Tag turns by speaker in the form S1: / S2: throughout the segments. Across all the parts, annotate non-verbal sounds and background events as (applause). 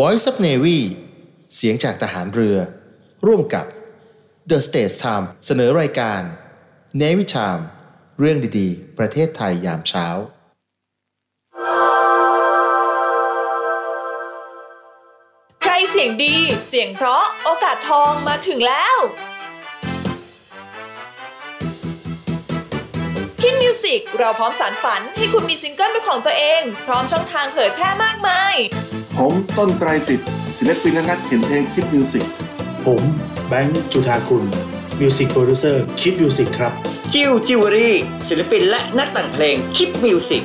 S1: Voice of Navy เสียงจากทหารเรือ ร่วมกับ The States Time เสนอรายการ Navy Time เรื่องดีๆ ประเทศไทยยามเช้า
S2: ใครเสียงดีเสียงเพราะโอกาสทองมาถึงแล้ว คิดมิวสิกเราพร้อมสารฝันให้คุณมีซิงเกิลเป็นของตัวเอง พร้อมช่องทางเผยแพร่มากมาย
S3: ผมต้นไตรสิทธิ์ศิลปินและนักเขียนเพลงคลิปมิวสิก
S4: ผมแบงค์จุธาคุณมิวสิกโปรดิวเซอร์คิดมิวสิกครับ
S5: จิวจิวเวลรี่ศิลปินและนักแต่งเพลงคิดมิวสิก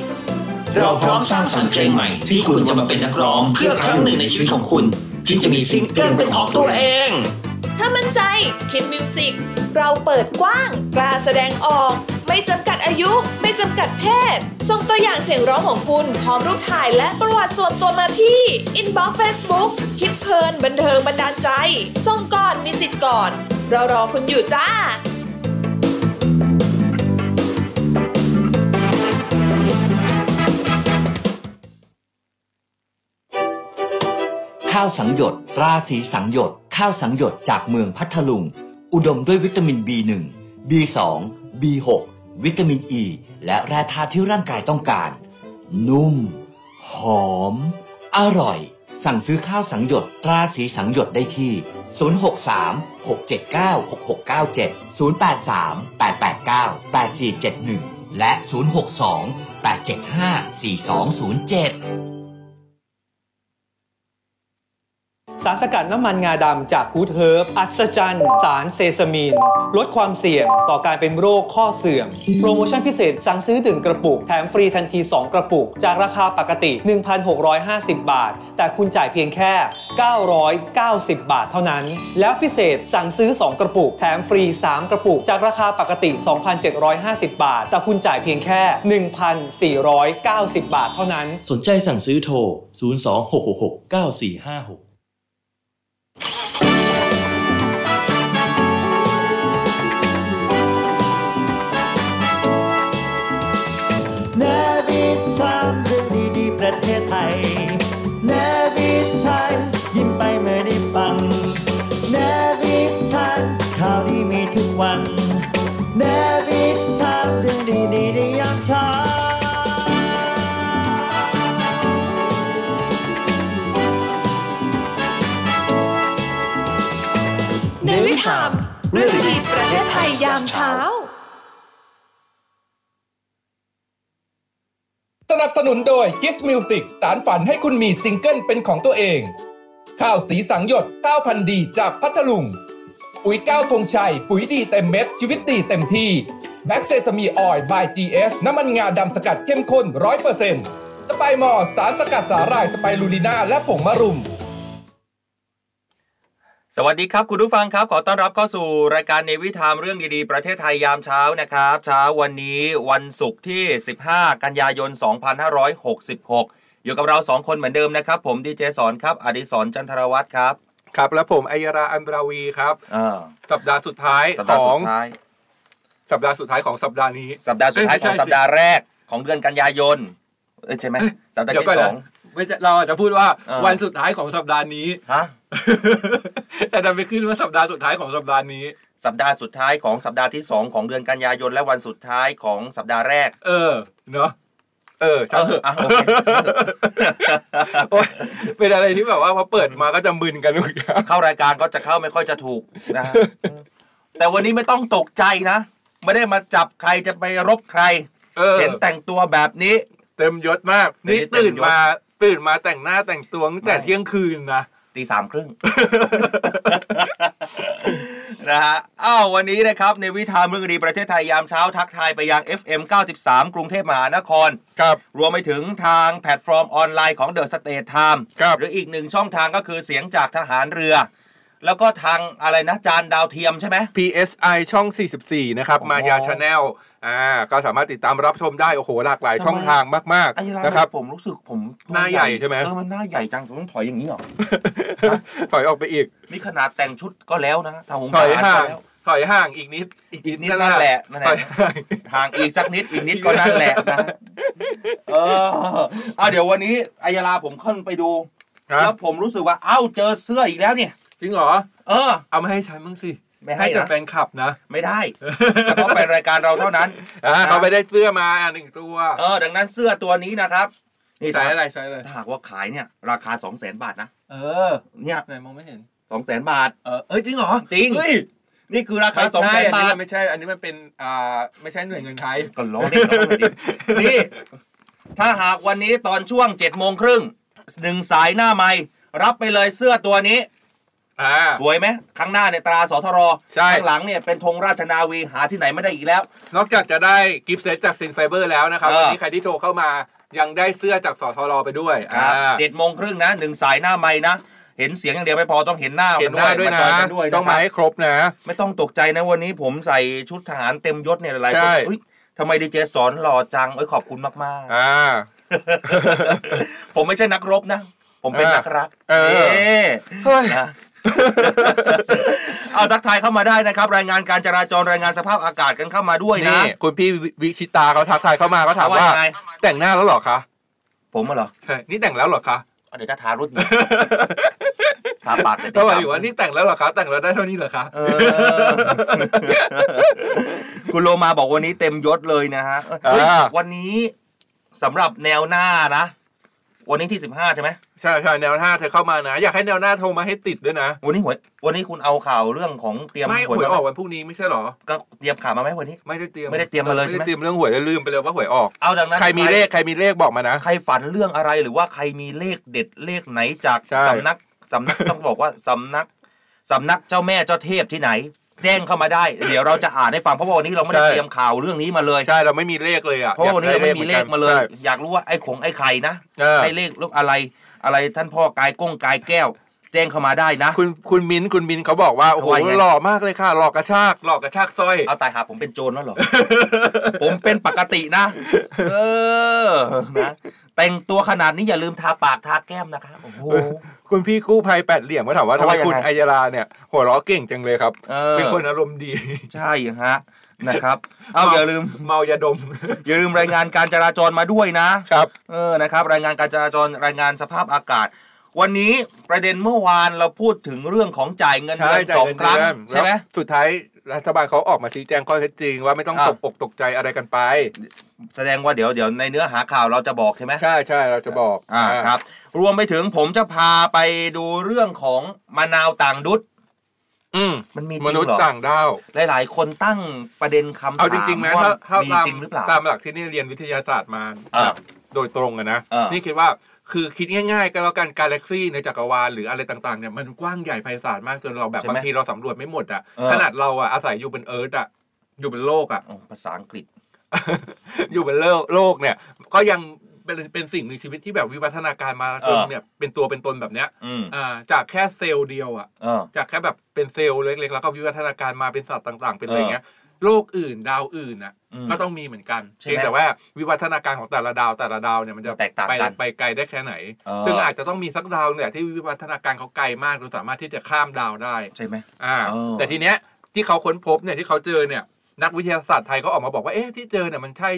S6: เราพร้อมสร้างสรรค์เพลงใหม่ ที่คุณจะมาเป็นนักร้องเพื่อครั้งหนึ่งในชีวิตของคุณ ที่จะมีซิ
S5: ซิ
S6: ง
S5: ง
S6: เกิ
S5: เกิ
S6: ล
S5: ล
S6: เป็
S5: เป็น น
S6: ข
S5: ข
S6: อ
S5: อง ง
S6: ตั
S5: ตัวว
S6: เอ
S5: เอง ง
S2: ถ้ามั่นใจคิดมิวสิกเราเปิดกว้าง กล้าแสดงออก ไม่จำกัดอายุ ไม่จำกัดเพศ ส่งตัวอย่างเสียงร้องของคุณ พร้อมรูปถ่ายและประวัติส่วนตัวมาที่ inbox Facebook คิดเพลินบันเทิงบันดาลใจ ส่งก่อนมีสิทธิ์ก่อน เรารอคุณอยู่จ้า
S7: ข้าวสังหยดตราสีสังหยด ข้าวสังหยดจากเมืองพัทลุง อุดมด้วยวิตามิน B1 B2 B6 วิตามินอ e, ีและแร่ธาตุที่ร่างกายต้องการ นุ่ม หอม อร่อย สั่งซื้อข้าวสังหยดตราสีสังหยดได้ที่ 063-679-6697-083-889-8471 และ 062-875-4207
S8: สารสกัดน้ำมันงาดำจากกูดเฮิร์บอัศจรรย์ สารเซซามิน ลดความเสี่ยงต่อการเป็นโรคข้อเสื่อม โปรโมชั่นพิเศษ สั่งซื้อถึงกระปุก แถมฟรีทันที 2 กระปุก จากราคาปกติ 1,650 บาท แต่คุณจ่ายเพียงแค่ 990 บาทเท่านั้น แล้วพิเศษสั่งซื้อ 2 กระปุก แถมฟรี 3 กระปุก จากราคาปกติ 2,750 บาท แต่คุณจ่ายเพียงแค่ 1,490 บาทเท่านั้น
S9: สนใจสั่งซื้อโทร 026669456
S10: นวิทามเรื่องดีๆประเทศไทยนวิทามยิ้มไปเมื่อได้ฟังนวิทามข่าวดีมีทุกวันนวิทามเรื่องดีๆในยามเช้า
S2: ในวิถามเรื่องดีๆประเทศไทยยามเช้า
S11: สนับสนุนโดย g i s Music สารฝันให้คุณมีซิงเกิลเป็นของตัวเอง ข้าวสีสังหยดข้าวพันธุ์ดีจากพัทลุง ปุ๋ยก้าวธงชัย ปุ๋ยดีเต็มเม็ด ชีวิตดีเต็มที่แบ็กเซซามีออยล์บาย GS น้ำมันงาดำสกัดเข้มข้น 100%สไปมอร์สารสกัดสาหร่ายสไปรูลิน่าและผงมะรุม
S12: สวัสดีครับ คุณผู้ฟังครับ ขอต้อนรับเข้าสู่รายการในวิธามเรื่องดีๆ ประเทศไทยยามเช้านะครับ เช้าวันนี้วันศุกร์ที่ 15 กันยายน 2566 อยู่กับเรา 2 คนเหมือนเดิมนะครับ ผมดีเจสอนครับ อดิศรจันทรวัตรครับ
S13: ครับแล้วผมอัยยราอันบราวีครับ
S12: อ่า
S13: สัปดาห์สุดท้าย
S12: สัป
S13: ข
S12: ดาห์
S13: อ
S12: สุ
S13: ง
S12: ดท้าย
S13: สัปดาห์สุดท้ายของสัปดาห์นี้
S12: สัปดาห์สุดท้าย
S13: เ
S12: ของสัปดาห์แรกของเดือนกันยายนเอ้ยใช่ไหมสัปดาห์
S13: เดี๋ยวก่อ
S12: ที่
S13: น
S12: สอ
S13: นะ
S12: ง
S13: ไม่ใช่เราอาจจะพูดว่า
S12: เออ
S13: วันสุดท้ายของสัปดาห์นี้
S12: ฮะ
S13: (laughs) แต่ดันไปขึ้นว่าสัปดาห์สุดท้ายของสัปดาห์นี้
S12: สัปดาห์สุดท้ายของสัปดาห์ที่สองของเดือนกันยายนและวันสุดท้ายของสัปดาห์แรก
S13: เออเนาะเออช่างเถอะ
S12: เอออ่ะโอเค
S13: (laughs) โอ๊ยเป็นอะไรที่แบบว่าพอเปิดมาก็จะมึนกันทุกอย่าง
S12: เข้ารายการก็จะเข้าไม่ค่อยจะถูกนะฮะ แต่วันนี้ไม่ต้องตกใจนะ ไม่ได้มาจับใครจะไปรบใคร
S13: เออ
S12: เห็นแต่งตัวแบบนี้
S13: เต็มยศมาก นี่
S12: เต็มยศ
S13: ตื่นมาตื่นมาแต่งหน้าแต่งตัวตั้งแต่เที่ยงคืนนะ
S12: ตีสามครึ่ง (laughs) นะฮะอ้าววันนี้นะครับ ในวิธามเรื่องดีประเทศไทยยามเช้าทักทายไปยัง FM 93 กรุงเทพมหานคร
S13: ครับ
S12: รวมไปถึงทางแพลตฟอร์มออนไลน์ของ The State Time
S13: ครับ
S12: หรืออีกหนึ่งช่องทางก็คือเสียงจากทหารเรือ แล้วก็ทางอะไรนะจานดาวเทียมใช่ไหม
S13: PSI ช่อง 44 นะครับ
S12: โอ้
S13: มายาชาแนลอ่า ก็สามารถติดตามรับชมได้ โอ้โห หลากหลาย
S12: ทำไม
S13: ช่องทางมาก
S12: ไอ้ร้า
S13: ๆ
S12: นะ
S13: นะ
S12: ค
S13: ค
S12: รั
S13: รั
S12: บบ ผมรู้สึกผม
S13: หน้าใหญ่ใช่ไหม
S12: เออมันหน้าใหญ่จังต้องถอยอย่างนี้เหรอ ฮะ
S13: (laughs) ถอยออกไปอีก
S12: นี่ขนาดแต่งชุดก็แล้วนะถ้าผม
S13: ถอย
S12: ผ่น
S13: ห่า
S12: ก็
S13: ง
S12: แล้ว
S13: ถอยห่างอีกนิด
S12: อีกนิดนั่นแหละนั่นแห
S13: ถ
S12: ละ
S13: อยห่าง
S12: ห่างอีกสักนิดอีกนิด (laughs) ก็นั่นแหละนะ เออเอาเดี๋ยววันนี้อัยยาลาผมขึ้นไปดู แล้วผมรู้สึกว่าเอ้าเจอเสื้ออีกแล้วเนี่ย
S11: จริงเหรอ
S12: เออ
S11: เอามาให้ฉันบ้างสิ
S12: ไม่ให้
S11: ให้แต่
S12: นะ
S11: แฟนคลับนะ
S12: ไม่
S11: (laughs)
S12: ได้ แต่ก็ไปรายการเราเท่านั้น
S11: อ่า
S12: นะ
S11: เขาไปได้เสื้อมาหนึ่งตัว
S12: เออ ดังนั้นเสื้อตัวนี้นะครับ
S11: ใส่อะไรใส่อะไร
S12: ถ้าหากว่าขายเนี่ย ราคา2 0 0 0 0 0 บาทนะ
S11: เออ
S12: เนี่ย
S11: ไหนมองไม่เห็น
S12: สองแสนบาท
S11: เออเอ้ยจริงเหรอ
S12: จริง
S11: เฮ้ย
S12: นี่คือราคา
S11: ไม่ใช่
S12: สองแสนบาท
S11: อัไม่ใช่ อันนี้มันเป็นอ่าไม่ใช่หน่วยเงินไทย
S12: ก็ล้อเล่นล้อเล่นดินี่ ถ้าหากวันนี้ตอนช่วง7จ็ดโมงครึ่งหนึ่งสายหน้าไม้รับไปเลยเสื้อตัวนี้
S11: อ่า
S12: สวยไหมข้างหน้าเนี่ยตราสทร
S11: ใช่
S12: ข้างหลังเนี่ยเป็นธงราชนาวีหาที่ไหนไม่ได้อีกแล้ว
S11: นอกจากจะได้กิฟต์เซตจากซินไฟเบอร์แล้วนะครับ
S12: เออ
S11: วันนี้ใครที่โทรเข้ามายังได้เสื้อจากสทรไปด้วย
S12: ครับ
S11: อ่า
S12: เจ็ดโมงครึ่งนะหนึ่งสายหน้าไม้นะ เห็นเสียงอย่างเดียวไม่พอต้องเห็นหน้า
S11: เห็นหน้าด้วยนะ
S12: มาจอกัด้วย
S11: ต้องมา
S12: นะครับ
S11: ให้ครบนะ
S12: ไม่ต้องตกใจนะวันนี้ผมใส่ชุดทหารเต็มยศเนี่ยหลายๆค
S11: ใช่
S12: นเฮ้ยทำไมดีเจสอนหล่อจังเอ้ยขอบคุณมาก
S11: อ่า
S12: ๆ (laughs) ผมไม่ใช่นักรบนะ ผมเป็น
S11: อ่านั
S12: นักรัก
S11: เออ
S12: นี่
S11: เฮ้ย
S12: นะ (laughs) เอาทักทายเข้ามาได้นะครับ รายงานการจราจรรายงานสภาพอากาศกันเข้ามาด้วยนะ
S11: นี่คุณพี่วิชิตาเขาทักทายเข้ามาเขาถามว่า
S12: ว่ายังไง
S11: แต่งหน้าแล้วเหรอคะ
S12: ผมอะเหรอ
S11: ใช่นี่แต่งแล้วเหรอคะ
S12: เอาเดี๋ยวจะทารุ่นอยู่ ทาปากเดี๋ยว
S11: ก็ห
S12: ตี
S11: มาย
S12: สาม
S11: ถึงว่านี่แต่งแล้วเหรอคะแต่งแล้วได้เท่านี้เหรอคะ
S12: เออ คุณโลมาบอกวันนี้เต็มยศเลยนะฮะเฮ้ย
S11: อ่า
S12: วันนี้สำหรับแนวหน้านะ วันนี้ที่สิบห้าใช่ไหม
S11: ใช่ใช่แนวหน้าเธอเข้ามานะ อยากให้แนวหน้าโทรมาให้ติดด้วยนะ
S12: วันนี้หวยวันนี้คุณเอาข่าวเรื่องของเตรียม
S11: ไม่ห
S12: หวย
S11: วย
S12: มา
S11: อ
S12: ไห
S11: อก
S12: ม
S11: วันพรุ่งนี้ไม่ใช่เหรอ
S12: ก็เตรียมข่าวมาไหมวันนี้
S11: ไม่ได้เตรียม
S12: ไม่ได้เตรียมมาเลย
S11: ไม่
S12: ใช่ไหม
S11: ได้เตรียมเรื่องหวยแล้วลืมไปเลยว่าหวยออก
S12: เอาดังนั้น
S11: ใครมีเลขใครมีเลขบอกมานะ
S12: ใครฝันเรื่องอะไรหรือว่าใครมีเลขเด็ดเลขไหนจาก
S11: ใช่
S12: สำนักสำนัก (laughs) ต้องบอกว่าสำนักสำนักเจ้าแม่เจ้าเทพที่ไหน แจ้งเข้ามาได้ เดี๋ยวเราจะอ่านให้ฟังเพราะว่าวันนี้เราไม่ได้เตรียมข่าวเรื่องนี้มาเลย
S11: ใช่เราไม่มีเลขเลยอ่ะ
S12: เพราะว่าวันนี้เราไม่มีเลขมาเลย อยากรู้ว่าไอ้ของไอ้ไข่นะ
S11: เออ
S12: ไอ้เลขลูกอะไรอะไรท่านพ่อกายก้งกายแก้ว แจ้งเข้ามาได้นะ
S11: คุณคุณมิ้นคุณมิ้นเขาบอกว่าโอ้โห
S12: ว่ายังไง
S11: หล่อมากเลยค่ะหล่อกระชากหล่อกระชากสร้อย
S12: เอาตายหาผมเป็นโจรแล้วเหรอ ผมเป็นปกตินะ เออ นะ แต่งตัวขนาดนี้อย่าลืมทาปากทาแก้มนะคะโอ้โห
S11: คุณพี่กู้ภัยแปดเหลี่ยมก็ถามว่าทำ
S12: เขา
S11: ไม
S12: ว่ายังไง
S11: คุณอัยราเนี่ยหัวเราะเก่งจังเลยครับ
S12: เออ
S11: เป็นคนอารมณ์ดี
S12: ใช่ฮะ นะครับ เอาอย่าลืม
S11: (laughs) เมายาดม
S12: อย่าลืมรายงานการจราจรมาด้วยนะ
S11: ครับ
S12: เออ นะครับ รายงานการจราจร รายงานสภาพอากาศ วันนี้ประเด็นเมื่อวานเราพูดถึงเรื่องของจ่ายเงิน
S11: ใช่
S12: เดือน
S11: จ่าย
S12: สอง
S11: เงิน
S12: ครั้ง
S11: เดือน
S12: ใช่ไหม
S11: แล้วสุดท้ายรัฐบาลเขาออกมาชี้แจงข้อเท็จจริงว่าไม่ต้อง
S12: อ่ะ
S11: ตกอกตกใจอะไรกันไป
S12: แสดงว่าเดี๋ยวเดี๋ยวในเนื้อหาข่าวเราจะบอกใช่ไหม
S11: ใช่ใช่เราจะบอก
S12: อ่าครับ รวมไปถึงผมจะพาไปดูเรื่องของมะนาวต่างดุด
S11: อืม
S12: มันมีจริง
S11: มนุษ
S12: เห
S11: ย์
S12: รอ
S11: ต่างดาว
S12: หลาย ๆ คนตั้งประเด็นคำถาม
S11: เอาจริงๆไหม
S12: ว่า
S11: ถ้าถ้า
S12: มี
S11: ตาม
S12: จริงหรือเปล่า
S11: ตามหลักที่นี่เรียนวิทยาศาสตร์มา
S12: อ่ะ
S11: แบบโดยตรงอะนะ
S12: อ่ะ
S11: นี่คิดว่าคือคิดง่ายๆก็แล้วกันกาแล็กซี่ในจักรวาลหรืออะไรต่างๆเนี่ยมันกว้างใหญ่ไพศาลมากจนเราแบบ
S12: ใช่ไหม
S11: บางทีเราสำรวจไม่หมดอ่ะ
S12: เออ
S11: ขนาดเราอ่ะอาศัยอยู่บนเอิร์ธอ่ะอยู่บนโลกอ่ะ (laughs)
S12: โอ้ภาษาอังกฤษ
S11: อยู่บนโลกโลกเนี่ย ก็ยังเป็นเป็นสิ่งมีชีวิตที่แบบวิวัฒนาการมาจน
S12: เออ
S11: เนี่ยเป็นตัวเป็นตนแบบเนี้ย
S12: อืม
S11: อ่าจากแค่เซลล์เดียวอ่ะ
S12: เออ
S11: จากแค่แบบเป็นเซลล์เล็กๆ แล้วก็วิวัฒนาการมาเป็นสัตว์ต่างๆ เป็นอะไรอย่างเงี้ยโลกอื่นดาวอื่นน่ะ
S12: อืม
S11: ก็ต้องมีเหมือนกัน
S12: ใช่ไหม
S11: เพียงแต่ว่าวิวัฒนาการของแต่ละดาวแต่ละดาวเนี่ยมันจะ
S12: แตกต่าง
S11: ไป
S12: กัน
S11: ไปไกลได้แค่ไหน
S12: เออ
S11: ซึ่งอาจจะต้องมีสักดาวเนี่ยที่วิวัฒนาการเขาไกลมากจนสามารถที่จะข้ามดาวได้
S12: ใช่ไหม
S11: อ่า
S12: เออ
S11: แต่ทีเนี้ยที่เขาค้นพบเนี่ยที่เขาเจอเนี่ยนักวิทยาศาสตร์ไทยเขาออกมาบอกว่าเอ๊ะที่เจอเนี่ยมันใช่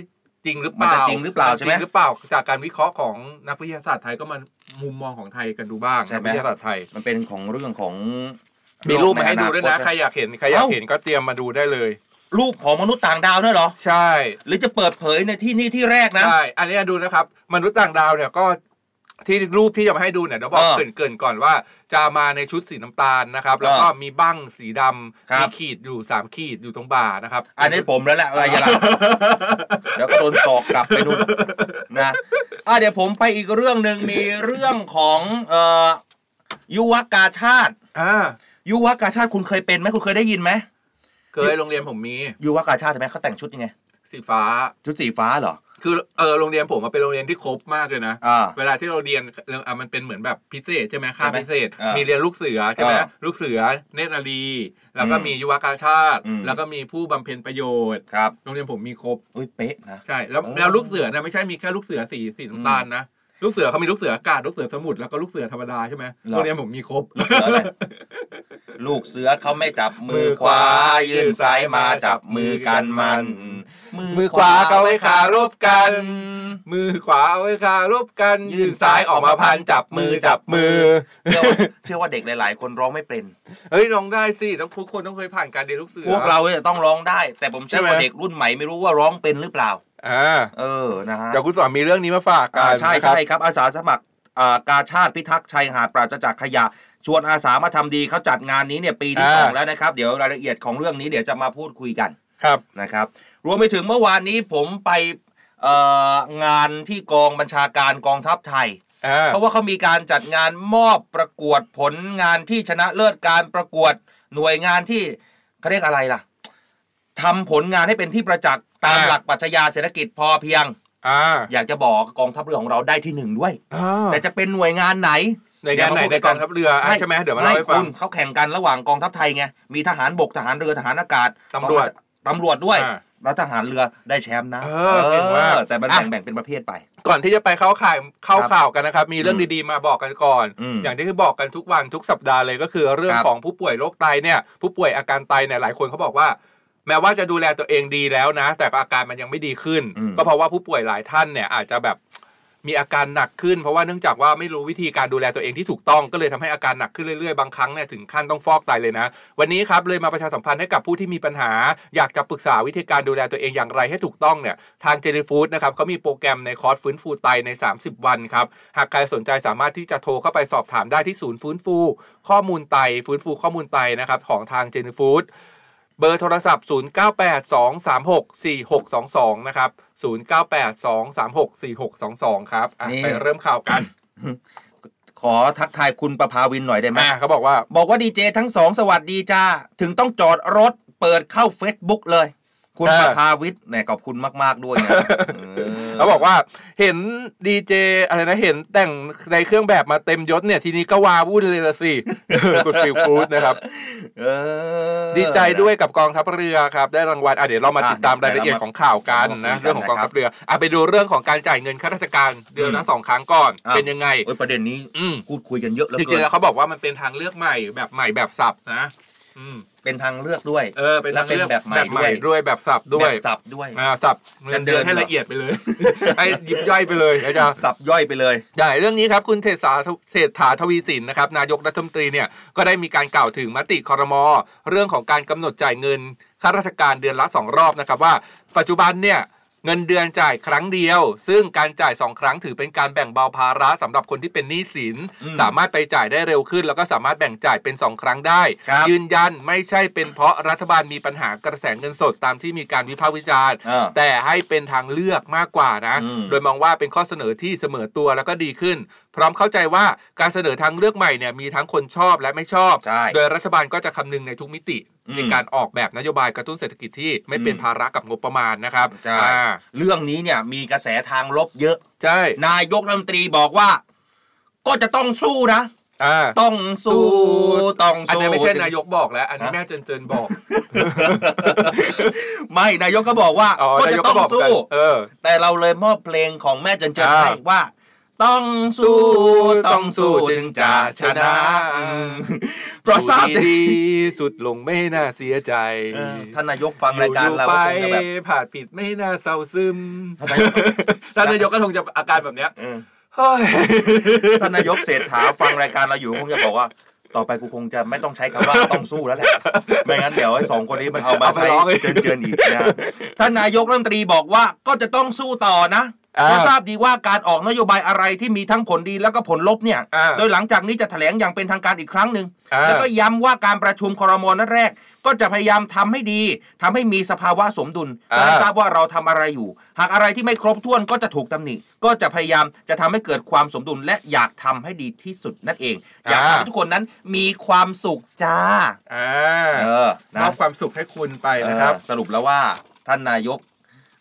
S11: จริงหรือเป
S12: มัน
S11: ล่า
S12: จะจริงหรือเปล่าใช่
S11: จ
S12: ไหม
S11: ริงหรือเปล่าจากการวิเคราะห์ของนักวิทยาศาสตร์ไทยก็มามุมมองของไทยกันดูบ้าง
S12: ใช่
S11: นัก
S12: ไหม
S11: วิทยาศาสตร์ไทย
S12: มันเป็นของเรื่องของ
S11: มีรูปมาให้ดูด้วยนะ
S12: โลก
S11: ใคร
S12: ใอคต
S11: อยากเห็น ใครอยาก
S12: เอ้า
S11: เห็นก็เตรียมมาดูได้เลย
S12: รูปของมนุษย์ต่างดาวด้วยเหรอ
S11: ใช่
S12: หรือจะเปิดเผยในที่นี่ที่แรกนะ
S11: ใช่อันนี้ดูนะครับ มนุษย์ต่างดาวเนี่ยก็ที่รูปที่จะมาให้ดูเนี่ยเดี๋ยวบอก
S12: เออ
S11: เกรินเกรินก่อนว่า จะมาในชุดสีน้ำตาลนะครับ แล้วก็มีบั้งสีดำ
S12: ครับ
S11: มีขีดอยู่สามขีดอยู่ตรงบ่านะครับ
S12: อันนี้ผมแล้วแหละอะไรอย่างเงี้ยเดี๋ยวก็โดนสอกกลับไปนู่นนะอ่ะเดี๋ยวผมไปอีกเรื่องหนึ่งมีเรื่องของเอ่อยุวกาชาติ
S11: อ่า
S12: ยุวกาชาติคุณเคยเป็นไหมคุณเคยได้ยินไหม
S11: เคยโรงเรียนผมมี
S12: ยุวกาชาติใช่ไหมเขาแต่งชุดยังไง
S11: สีฟ้า
S12: ชุดสีฟ้าเหรอ
S11: คือเออโรงเรียนผมมันเป็นโรงเรียนที่ครบมากเลยนะ
S12: อ่า
S11: เวลาที่เราเรียนเรื่องอ่ะมันเป็นเหมือนแบบพิเศษใช่ไหมค่า
S12: ใช่ไหม
S11: พิเศษ
S12: เออ
S11: มีเรียนลูกเสือใช่ไหม
S12: เออ
S11: ลูกเสือเนตรนารีแล้วก็
S12: อืม
S11: มียุวกาชาติ
S12: อืม
S11: แล้วก็มีผู้บำเพ็ญประโยชน์
S12: ครับ
S11: โรงเรียนผมมีครบ
S12: อุ้ยเป๊ะนะ
S11: ใช่แล้ว
S12: เออ
S11: แล้วลูกเสือนะไม่ใช่มีแค่ลูกเสือสีสีน้ำตาลนะลูกเสือเขามีลูกเสืออากาศลูกเสือสมุทรแล้วก็ลูกเสือธรรมดาใช่ไหม
S12: หรอ
S11: โรงเรียนผมมีครบ
S12: ลูกเสืออะไรลูกเสือเขาไม่จับมือขวา ยื่นซ้ายมาจับมือกันมัน
S11: (laughs) มือขวาเอาไว้คารบกัน มือขวาเอาไว้คารบกัน ยืนซ้ายออกมาพันจับมือจับมือ
S12: เชื่อว่าเชื่อว่าเด็กหลาย ๆ คนร้องไม่เป็น
S11: เฮ้ยร้องได้สิต้องทุกคนต้องเคยผ่านการเรียนลูกเสือ
S12: พวกเราเนี่ยต้องร้องได้ แต่ผมเชื่อว่า
S11: ใช่ไหม
S12: เด็กรุ่นใหม่ไม่รู้ว่าร้องเป็นหรือเปล่า
S11: อ่า
S12: เออนะฮะ
S11: เดี๋ยวคุณสอนมีเรื่องนี้มาฝากกั
S12: อ่าน ใช่
S11: นะ
S12: ใช่ครับอาสาสมัครอ่ากาชาติพิทักษ์ชัยหาดปราศจากขยะ ชวนอาสามาทำดีเขาจัดงานนี้เนี่ยปีที่สองแล้วนะครับเดี๋ยวรายละเอียดของเรื่องนี้เดี๋ยวจะมาพูดคุยกัน
S11: ครับ
S12: นะครับรวมไปถึงเมื่อวานนี้ผมไปเอ่องานที่กองบัญชาการกองทัพไทย เพราะว่าเขามีการจัดงานมอบประกวดผลงานที่ชนะเลิศการประกวดหน่วยงานที่เขาเรียกอะไรล่ะทำผลงานให้เป็นที่ประจักษ์ตามหลักปรัชญาเศรษฐกิจพอเพียงอยากจะบอกกองทัพเรือของเราได้ที่หนึ่งด้วย
S11: อ่า
S12: แต่จะเป็นหน่วยงานไหน
S11: หน่วยงานไหนในกองทัพเรืออ่ะใช่ไหมเดี๋ยวมาเล่าให้ฟัง
S12: คุณเขาแข่งกันระหว่างกองทัพไทยไง มีทหารบกทหารเรือทหารอากาศ
S11: ตำรวจ
S12: ตำรวจด้วย
S11: อ่า
S12: แล้วทหารเรือได้แชมป์นะ
S11: เออเก่งมาก
S12: เออแต่มันแบ่งแบ่งเป็นประเภทไป
S11: ก่อนที่จะไปเข้าข่าวเข้า
S12: ครับ
S11: ข่าวกันนะครับ มีเรื่องดีๆมาบอกกันก่อน
S12: อืม
S11: อย่างที่บอกกันทุกวันทุกสัปดาห์เลยก็คือ เรื่อง
S12: ครับ
S11: ของผู้ป่วยโรคไตเนี่ย ผู้ป่วยอาการไตเนี่ยหลายคนเขาบอกว่า แม้ว่าจะดูแลตัวเองดีแล้วนะ แต่ก็อาการมันยังไม่ดีขึ้น
S12: อืม
S11: ก็เพราะว่าผู้ป่วยหลายท่านเนี่ยอาจจะแบบมีอาการหนักขึ้น เพราะว่าเนื่องจากว่าไม่รู้วิธีการดูแลตัวเองที่ถูกต้องก็เลยทำให้อาการหนักขึ้นเรื่อยๆบางครั้งเนี่ยถึงขั้นต้องฟอกไตเลยนะ วันนี้ครับเลยมาประชาสัมพันธ์ให้กับผู้ที่มีปัญหา อยากจะปรึกษาวิธีการดูแลตัวเองอย่างไรให้ถูกต้องเนี่ยทางเจลิฟูดนะครับเขามีโปรแกรมในคอร์สฟื้นฟูไตใน 30 วันครับ หากใครสนใจสามารถที่จะโทรเข้าไปสอบถามได้ที่ศูนย์ฟื้นฟู ข้อมูลไตฟื้นฟูข้อมูลไตนะครับของทางเจลิฟูด เบอร์โทรศัพท์ 0982364622 นะครับ 0982364622 ครับอ่ะ
S12: นี่
S11: ไปเริ่มข่าวกัน
S12: ขอทักทายคุณประภาวินหน่อยได้ไหม
S11: อ่ะเขาบอกว่า
S12: บอกว่าดีเจทั้งสองสวัสดีจ้า ถึงต้องจอดรถเปิดเข้า Facebook เลย คุณ
S11: เออ
S12: ประภาวิทย์เนี่ยขอบคุณมาก ๆ ด้วยนะ
S11: (laughs) เขาบอกว่าเห็นดีเจอะไรนะ เห็นแต่งในเครื่องแบบมาเต็มยศเนี่ย ทีนี้ก็วาวุ่นเลยละสิ (laughs) คุณฟิลฟูดนะครับ
S12: เออ
S11: ดีใจด้วยกับกองทัพเรือครับ ได้รางวัลอ่ะเดี๋ยวเรามา
S12: อ่ะ
S11: ติดตามรายละเอียดของข่าวกันนะ
S12: เดี๋
S11: เรื่
S12: ย
S11: อ
S12: ว
S11: งข
S12: เรา
S11: อ
S12: มา
S11: งกอง
S12: คุยกันนะครับ
S11: ทัพเรืออ่ะไปดูเรื่องของการจ่ายเงินข้าราชการเดือน
S12: อื
S11: ละ
S12: ม
S11: สองครั้งก่อน
S12: อ้าว
S11: เป็นยังไง
S12: เอ้ยประเด็นนี้
S11: อืม
S12: พูดคุยกันเยอะเหลือ
S11: จ
S12: เกิ
S11: ริงๆแล้วเขาบอกว่ามันเป็นทางเลือกใหม่แบบใหม่แบบสับนะ อืม
S12: เป็นทางเลือกด้วย
S11: เออเป็นทางเลือก
S12: และเป็นแบบใหม่ด้วย
S11: ด้วยแบบสับด้วย
S12: แบบสับด้วย
S11: อ่าสับเงินเดือนให้ละเอียดไปเลย (laughs) ให้ยิบย่อยไปเลยนะจ๊ะ
S12: สับย่อยไปเลย
S11: ได้เรื่องนี้ครับ คุณเทศาเศรษฐาทวีสินนะครับ นายกรัฐมนตรีเนี่ยก็ได้มีการกล่าวถึงมติคอรมอเรื่องของการกำหนดจ่ายเงินข้าราชการเดือนละ 2 รอบนะครับว่า ปัจจุบันเนี่ยเงินเดือนจ่ายครั้งเดียว ซึ่งการจ่าย 2 ครั้งถือเป็นการแบ่งเบาภาระสำหรับคนที่เป็นหนี้สิน
S12: อืม
S11: สามารถไปจ่ายได้เร็วขึ้น แล้วก็สามารถแบ่งจ่ายเป็น 2 ครั้งได้
S12: ครับ
S11: ยืนยันไม่ใช่เป็นเพราะรัฐบาลมีปัญหากระแสเงินสดตามที่มีการวิพากษ์วิจารณ์
S12: อ่า
S11: แต่ให้เป็นทางเลือกมากกว่านะ
S12: อืม
S11: โดยมองว่าเป็นข้อเสนอที่เสมอตัวแล้วก็ดีขึ้น พร้อมเข้าใจว่าการเสนอทางเลือกใหม่เนี่ยมีทั้งคนชอบและไม่ชอบ
S12: ใช่
S11: โดยรัฐบาลก็จะคำนึงในทุกมิติ
S12: อืม
S11: ในการออกแบบนโยบายกระตุ้นเศรษฐกิจที่ไม่เป็น
S12: อืม
S11: ภาระกับงบประมาณนะครับ
S12: ใช่
S11: อ่า
S12: เรื่องนี้เนี่ยมีกระแสทางลบเยอะ
S11: ใช่
S12: นายกรัฐมนตรีบอกว่า ก็จะต้องสู้นะ
S11: อ่า
S12: ต้องสู้ต้อง (laughs) สู้
S11: อันนี้ไม่ใช่นาย
S12: ถึ
S11: กบอกแล้ว อันนี้
S12: ฮะ
S11: แม่เจนเจนบอก
S12: งไม่นายกก็บอกว่า
S11: อ๋อ
S12: ก็
S11: นา
S12: จะ
S11: ยก
S12: ต้
S11: ก็
S12: อง
S11: บอก
S12: สู้
S11: กันเออ
S12: แต่เราเลยมอบเพลงของแม่เจนเจน
S11: อ่า
S12: ให้ว่า ต้องสู้ ต้องสู้
S11: ต้องสู้
S12: จึงจะชนะ
S11: อืม
S12: เพราะทราบ
S11: อยู่
S12: ดี
S11: ดีๆสุดลงไม่น่าเสียใจ
S12: ท่านนายกฟังรายการเรา
S11: อยู่ๆไป
S12: ก็คงจะแบบ
S11: ผ่าดผิดไม่น่าเศร้าซึม
S12: ท่านนายก
S11: (laughs) ท่านนายกก็คงจะอาการแบบเนี้ย
S12: เออ
S11: เฮ้ย
S12: ท่านนายกเศรษฐาฟังรายการเราอยู่คงจะบอกว่า ต่อไปกูคงจะไม่ต้องใช้คำ (laughs) ว่าต้องสู้แล้วแหละไม่งั้นเดี๋ยวไอ้สองคนนี้มันเอามาใช้เจินเจินๆอีกนะท่านนายกรัฐมนตรีบอกว่าก็จะต้องสู้ต่อนะเพราะทราบดีว่าการออกนโยบายอะไรที่มีทั้งผลดีแล้วก็ผลลบเนี่ย
S11: อ่า
S12: โดยหลังจากนี้จะแถลงอย่างเป็นทางการอีกครั้งหนึ่ง
S11: อ่า
S12: แล้วก็ย้ำว่าการประชุมครมนัดแรก ก็จะพยายามทำให้ดีทำให้มีสภาวะสมดุล
S11: อ่า
S12: จะได้ทราบว่าเราทำอะไรอยู่ หากอะไรที่ไม่ครบถ้วนก็จะถูกตำหนิ ก็จะพยายามจะทำให้เกิดความสมดุลและอยากทำให้ดีที่สุดนั่นเอง อยากทำให้ทุกคนนั้นมีความสุขจ้า
S11: อ่า
S12: เออ
S11: ม
S12: นะ
S11: อบความสุขให้คุณไปนะครับ
S12: เออสรุปแล้วว่าท่านนายก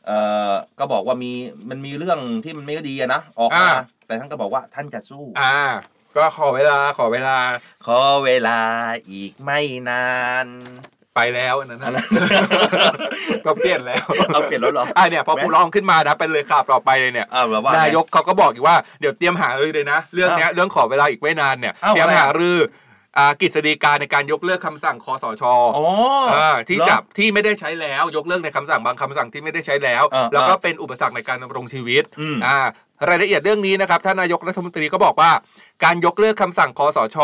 S12: เออก็บอกว่ามีมันมีเรื่องที่มันไม่ดีอะนะออกมา
S11: อ่า
S12: แต่ท่านก็บอกว่าท่านจะสู้
S11: อ่า ก็ขอเวลาขอเวลา
S12: ขอเวลาอีกไม่นาน
S11: ไปแล้วอันนั้น
S12: อันนั้
S11: นะ
S12: น
S11: ก็ (laughs) เปลี่ยนแล้ว
S12: เอาเปลี่ยนรถเหรอ
S11: อ่าเนี่ยพอกูลองขึ้นมานะเป็นเลยข่าวต่อไปเลยเนี่ย
S12: อ่าแบบว่าไง
S11: นายกเขาก็บอกอีกว่าเดี๋ยวเตรียมหารือเลยนะ เรื่องเนี้ยเรื่องขอเวลาอีกไม่นานเนี่ย
S12: เอ้า
S11: เตรียมหารือ อ่ากฤษฎีกาในการยกเลิกคำสั่งคอสช
S12: อ๋ออ่
S11: าที่
S12: เหรอ
S11: จับที่ไม่ได้ใช้แล้วยกเลิกในคำสั่งบางคำสั่งที่ไม่ได้ใช้แล้ว
S12: อ่า
S11: แล้วก็
S12: อ่า
S11: เป็นอุปสรรคในการดำรงชีวิตอ่ารายละเอียดเรื่องนี้นะครับท่านนายกรัฐมนตรีก็บอกว่า การยกเลิกคำสั่งคอสช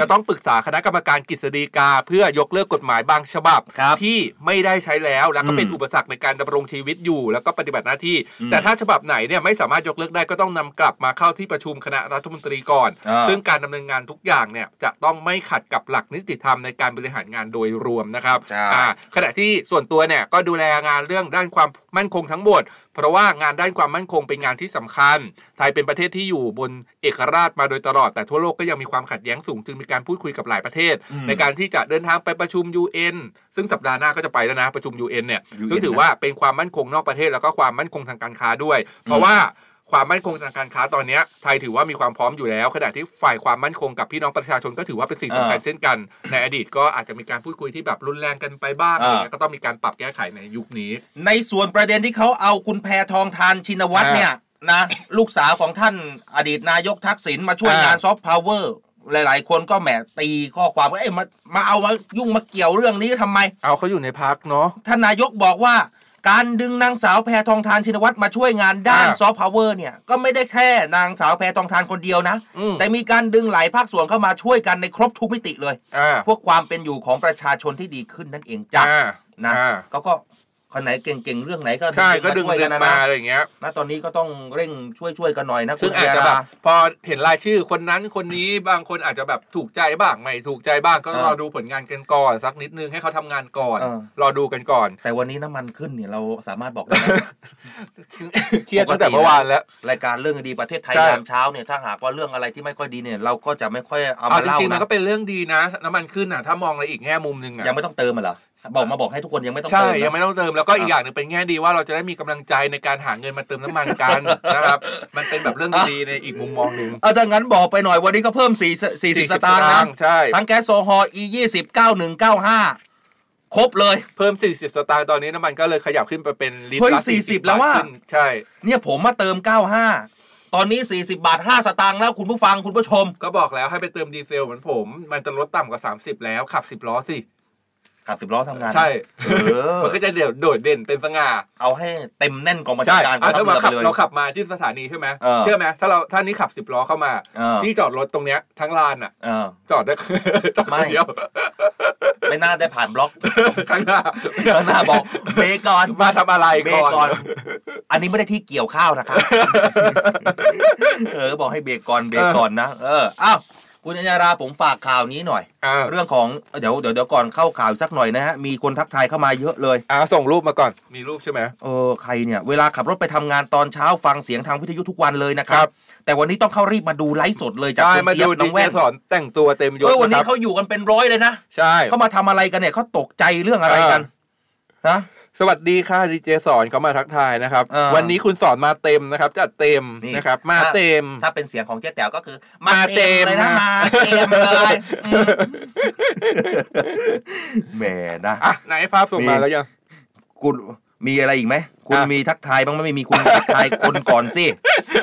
S11: จะต้องปรึกษาคณะกรรมการกฤษฎีกา เพื่อยกเลิกกฎหมายบางฉบับ ที่ไม่ได้ใช้แล้วแล้วก็เป็นอุปสรรคในการดำรงชีวิตอยู่ แล้วก็ปฏิบัติหน้าที่
S12: อืม
S11: แต่ถ้าฉบับไหนเนี่ยไม่สามารถยกเลิกได้ก็ต้องนำกลับมาเข้าที่ประชุมคณะรัฐมนตรีก่อน
S12: อ่า
S11: ซึ่งการดำเนินงานทุกอย่างเนี่ยจะต้องไม่ขัดกับหลักนิติธรรมในการบริหารงานโดยรวมนะครับอ่าขณะที่ส่วนตัวเนี่ยก็ดูแลงานเรื่องด้านความมั่นคงทั้งหมด เพราะว่างานด้านความมั่นคงเป็นงานที่สำคัญ ไทยเป็นประเทศที่อยู่บนเอกราชมาโดยตลอดแต่ทั่วโลกก็ยังมีความขัดแย้งสูงจึงมีการพูดคุยกับหลายประเทศ
S12: อืม
S11: ในการที่จะเดินทางไปประชุม UN ซึ่งสัปดาห์หน้าก็จะไปแล้วนะประชุม UN เนี่ย
S12: UN
S11: ซึ่งถือว่าเป็นความมั่นคงนอกประเทศแล้วก็ความมั่นคงทางการค้าด้วย เพราะว่าความมั่นคงทางการค้าตอนเนี้ยไทยถือว่ามีความพร้อมอยู่แล้ว ขณะที่ฝ่ายความมั่นคงกับพี่น้องประชาชนก็ถือว่าเป็นสิ่งสำคัญ
S12: อ่า
S11: เช่นกัน ในอดีตก็อาจจะมีการพูดคุยที่แบบรุนแรงกันไปบ้างอะไร
S12: อ่า
S11: เงี้ยก็ต้องมีการปรับแก้ไขในยุคนี้
S12: ในส่วนประเด็นที่เขาเอาคุณแพทองทานชินวัตร
S11: อ่า
S12: เนี่ยนะ ลูกสาวของท่านอดีตนายกทักษิณมาช่วย
S11: อ่าง
S12: งานซอฟต์พาวเวอร์หลาย ๆ คนก็แหมตีข้อความว่าเอ้ยมามาเอามายุ่งมาเกี่ยวเรื่องนี้ทำไม
S11: เอาเขาอยู่ในพักเนาะ
S12: ท่านนายกบอกว่า การดึงนางสาวแพทองทานชินวัตรมาช่วยงานด้าน
S11: อ่า
S12: ซอฟต์พาวเวอร์เนี่ยก็ไม่ได้แค่นางสาวแพทองทานคนเดียวนะ
S11: อืม
S12: แต่มีการดึงหลายภาคส่วนเข้ามาช่วยกันในครบทุกมิติเลย
S11: อ่า
S12: พวกความเป็นอยู่ของประชาชนที่ดีขึ้นนั่นเองจ้ะ
S11: อ่า
S12: นะ
S11: อ่า
S12: เขาก็คนไหนเก่งๆเรื่องไหนก็
S11: ใช่ก็ดึง
S12: มาช่วย
S11: เรียน
S12: นะ
S11: มา
S12: นะ
S11: อะไรอย่างเงี้ย
S12: นะตอนนี้ก็ต้องเร่งช่วยๆกันหน่อยนะคุ
S11: ซึ่
S12: ณ
S11: งอาจ
S12: เย
S11: จะ
S12: รา
S11: แบบพอเห็นรายชื่อคนนั้นคนนี้บางคนอาจจะแบบถูกใจบ้างไม่ถูกใจบ้างก็
S12: เออ
S11: รอดูผลงานกันก่อน สักนิดนึงให้เขาทำงานก่อน
S12: เออ
S11: รอดูกันก่อน
S12: แต่วันนี้น้ำมันขึ้นเนี่ยเราสามารถบอกได้ไหม
S11: (laughs) เครียดตั้งแต่เมื่อวานแล้ว
S12: รายการเรื่องดีประเทศไทย
S11: ใช่
S12: ยามเช้าเนี่ยถ้าหากว่าเรื่องอะไรที่ไม่ค่อยดีเนี่ยเราก็จะไม่ค่อยเอา
S11: เอา
S12: มา
S11: จ
S12: เล่า
S11: ริงๆมั
S12: นะ
S11: นก็เป็นเรื่องดีนะน้ำมันขึ้นอ่ะถ้ามองในอีกแง่มุมหนึงอ่ะ
S12: ยังไม่ต้องเติมมันเหรอบอกมาบอกให้ทุกคนยังไม่ต้อง
S11: ใช่
S12: เติมนะ
S11: ยังไม่ต้องเติมแล้วก็อีก
S12: อ่ะ
S11: อย่างหนึ่งเป็นแง่ดีว่าเราจะได้มีกำลังใจในการหาเงินมาเติมน้ำมันกัน
S12: (laughs)
S11: นะครับมันเป็นแบบเรื่องดีๆในอีกมุมมองหนึ่ง
S12: เอาถ้างั้นบอกไปหน่อยวันนี้ก็เพิ่ม4 40สตางค์นะ
S11: ใช่
S12: ทั้งแก๊สโซฮอล์ E 20 9195 ครบเลย
S11: เพิ่ม 40 สตางค์ตอนนี้น้ำมันก็เลยขยับขึ้นไปเป็นลิตร
S12: เฮ้ย
S11: ละ
S12: 40
S11: 40
S12: แล้วว่ะ
S11: บาทขึ้นใช่
S12: เนี่ยผมมาเติม 95 ตอนนี้ 40 บาท 5 สตางค์แล้วคุณผู้ฟังคุณผู้ชม
S11: ก็บอกแล้วให้ไปเติมดีเซลเหมือนผม มันจะลดต่ำกว่า 30 แล้วขับ 10 ล้อสิ
S12: ขับสิบล้อทำงาน
S11: ใช่
S12: เออ
S11: มันก็จะเดี่ยวโดดเด่นเป็นสง่า
S12: เอาให้เต็มแน่นกองบัญชา
S11: ใช่
S12: การกอ
S11: อ่ะ
S12: งทัพ
S11: ถ้า
S12: เรื
S11: มา
S12: อไป
S11: ขับ
S12: เลย
S11: เราขับมาที่สถานีใช่ไหม
S12: เออ
S11: เชื่อไหมถ้าเราถ้านี้ขับ 10 ล้อเข้ามา
S12: เออ
S11: ที่จอดรถตรงเนี้ยทั้งลานอ่ะ
S12: เออ
S11: จอดได้ (laughs) จอดคนเดียว
S12: ไม่น่าได้ผ่านบล็อก
S11: (laughs) ข้างหน้า
S12: ข้างหน้าบอกเบรกก่อน
S11: (laughs) มาทำอะไร
S12: เบรก
S11: ก่
S12: ก่
S11: อ
S12: อน น อันนี้ไม่ได้ที่เกี่ยวข้าวนะครับ (laughs) เออบอกให้เบรกก่อนเบรกก่อนนะเอออ้าวคุณอัญญาราผมฝากข่าวนี้หน่อย
S11: (laughs) อ่า
S12: เรื่องของเดี๋ยวเดี๋ยวเดี๋ยวก่อนเข้าข่าวสักหน่อยนะฮะมีคนทักทายเข้ามาเยอะเลย
S11: อ่าส่งรูปมาก่อน มีรูปใช่ไหม
S12: เออใครเนี่ย เวลาขับรถไปทำงานตอนเช้าฟังเสียงทางวิทยุทุกวันเลยนะค
S11: ค
S12: รั
S11: รับ บ
S12: แต่วันนี้ต้องเข้ารีบมาดูไลฟ์สดเลยจาก
S11: ใช่
S12: คุณ
S11: มา
S12: เจี๊ย
S11: ดู
S12: บน้
S11: ดี
S12: อง
S11: เจ
S12: แว่น
S11: สอนแต่งตัวเต็มยศ
S12: เออวัน
S11: ะค
S12: นี้
S11: รับ
S12: เขาอยู่กันเป็นร้อยเลยนะ
S11: ใช่
S12: เขามาทำอะไรกันเนี่ยเขาตกใจเรื่องอะไรกันนะ
S11: สวัสดีค่ะดีเจสอนเขามาทักทายนะครับ
S12: อ่า
S11: วันนี้คุณสอนมาเต็มนะครับจัดเต็มนะครับ มาเต็ม
S12: ถ้าเป็นเสียงของเจ๊แต๋วก็คือ
S11: มาเต็ม
S12: เลยนะ
S11: นะ
S12: มาเต็ม
S11: (laughs)
S12: เลยอืมแหมนะ
S11: อ่ะไหนภาพส่งมาแล้วยัง
S12: คุณมีอะไรอีกไหมคุณ
S11: อ่ะ
S12: มีทักทายบ้างไหมไม่มีคุณทักทายคนก่อนสิ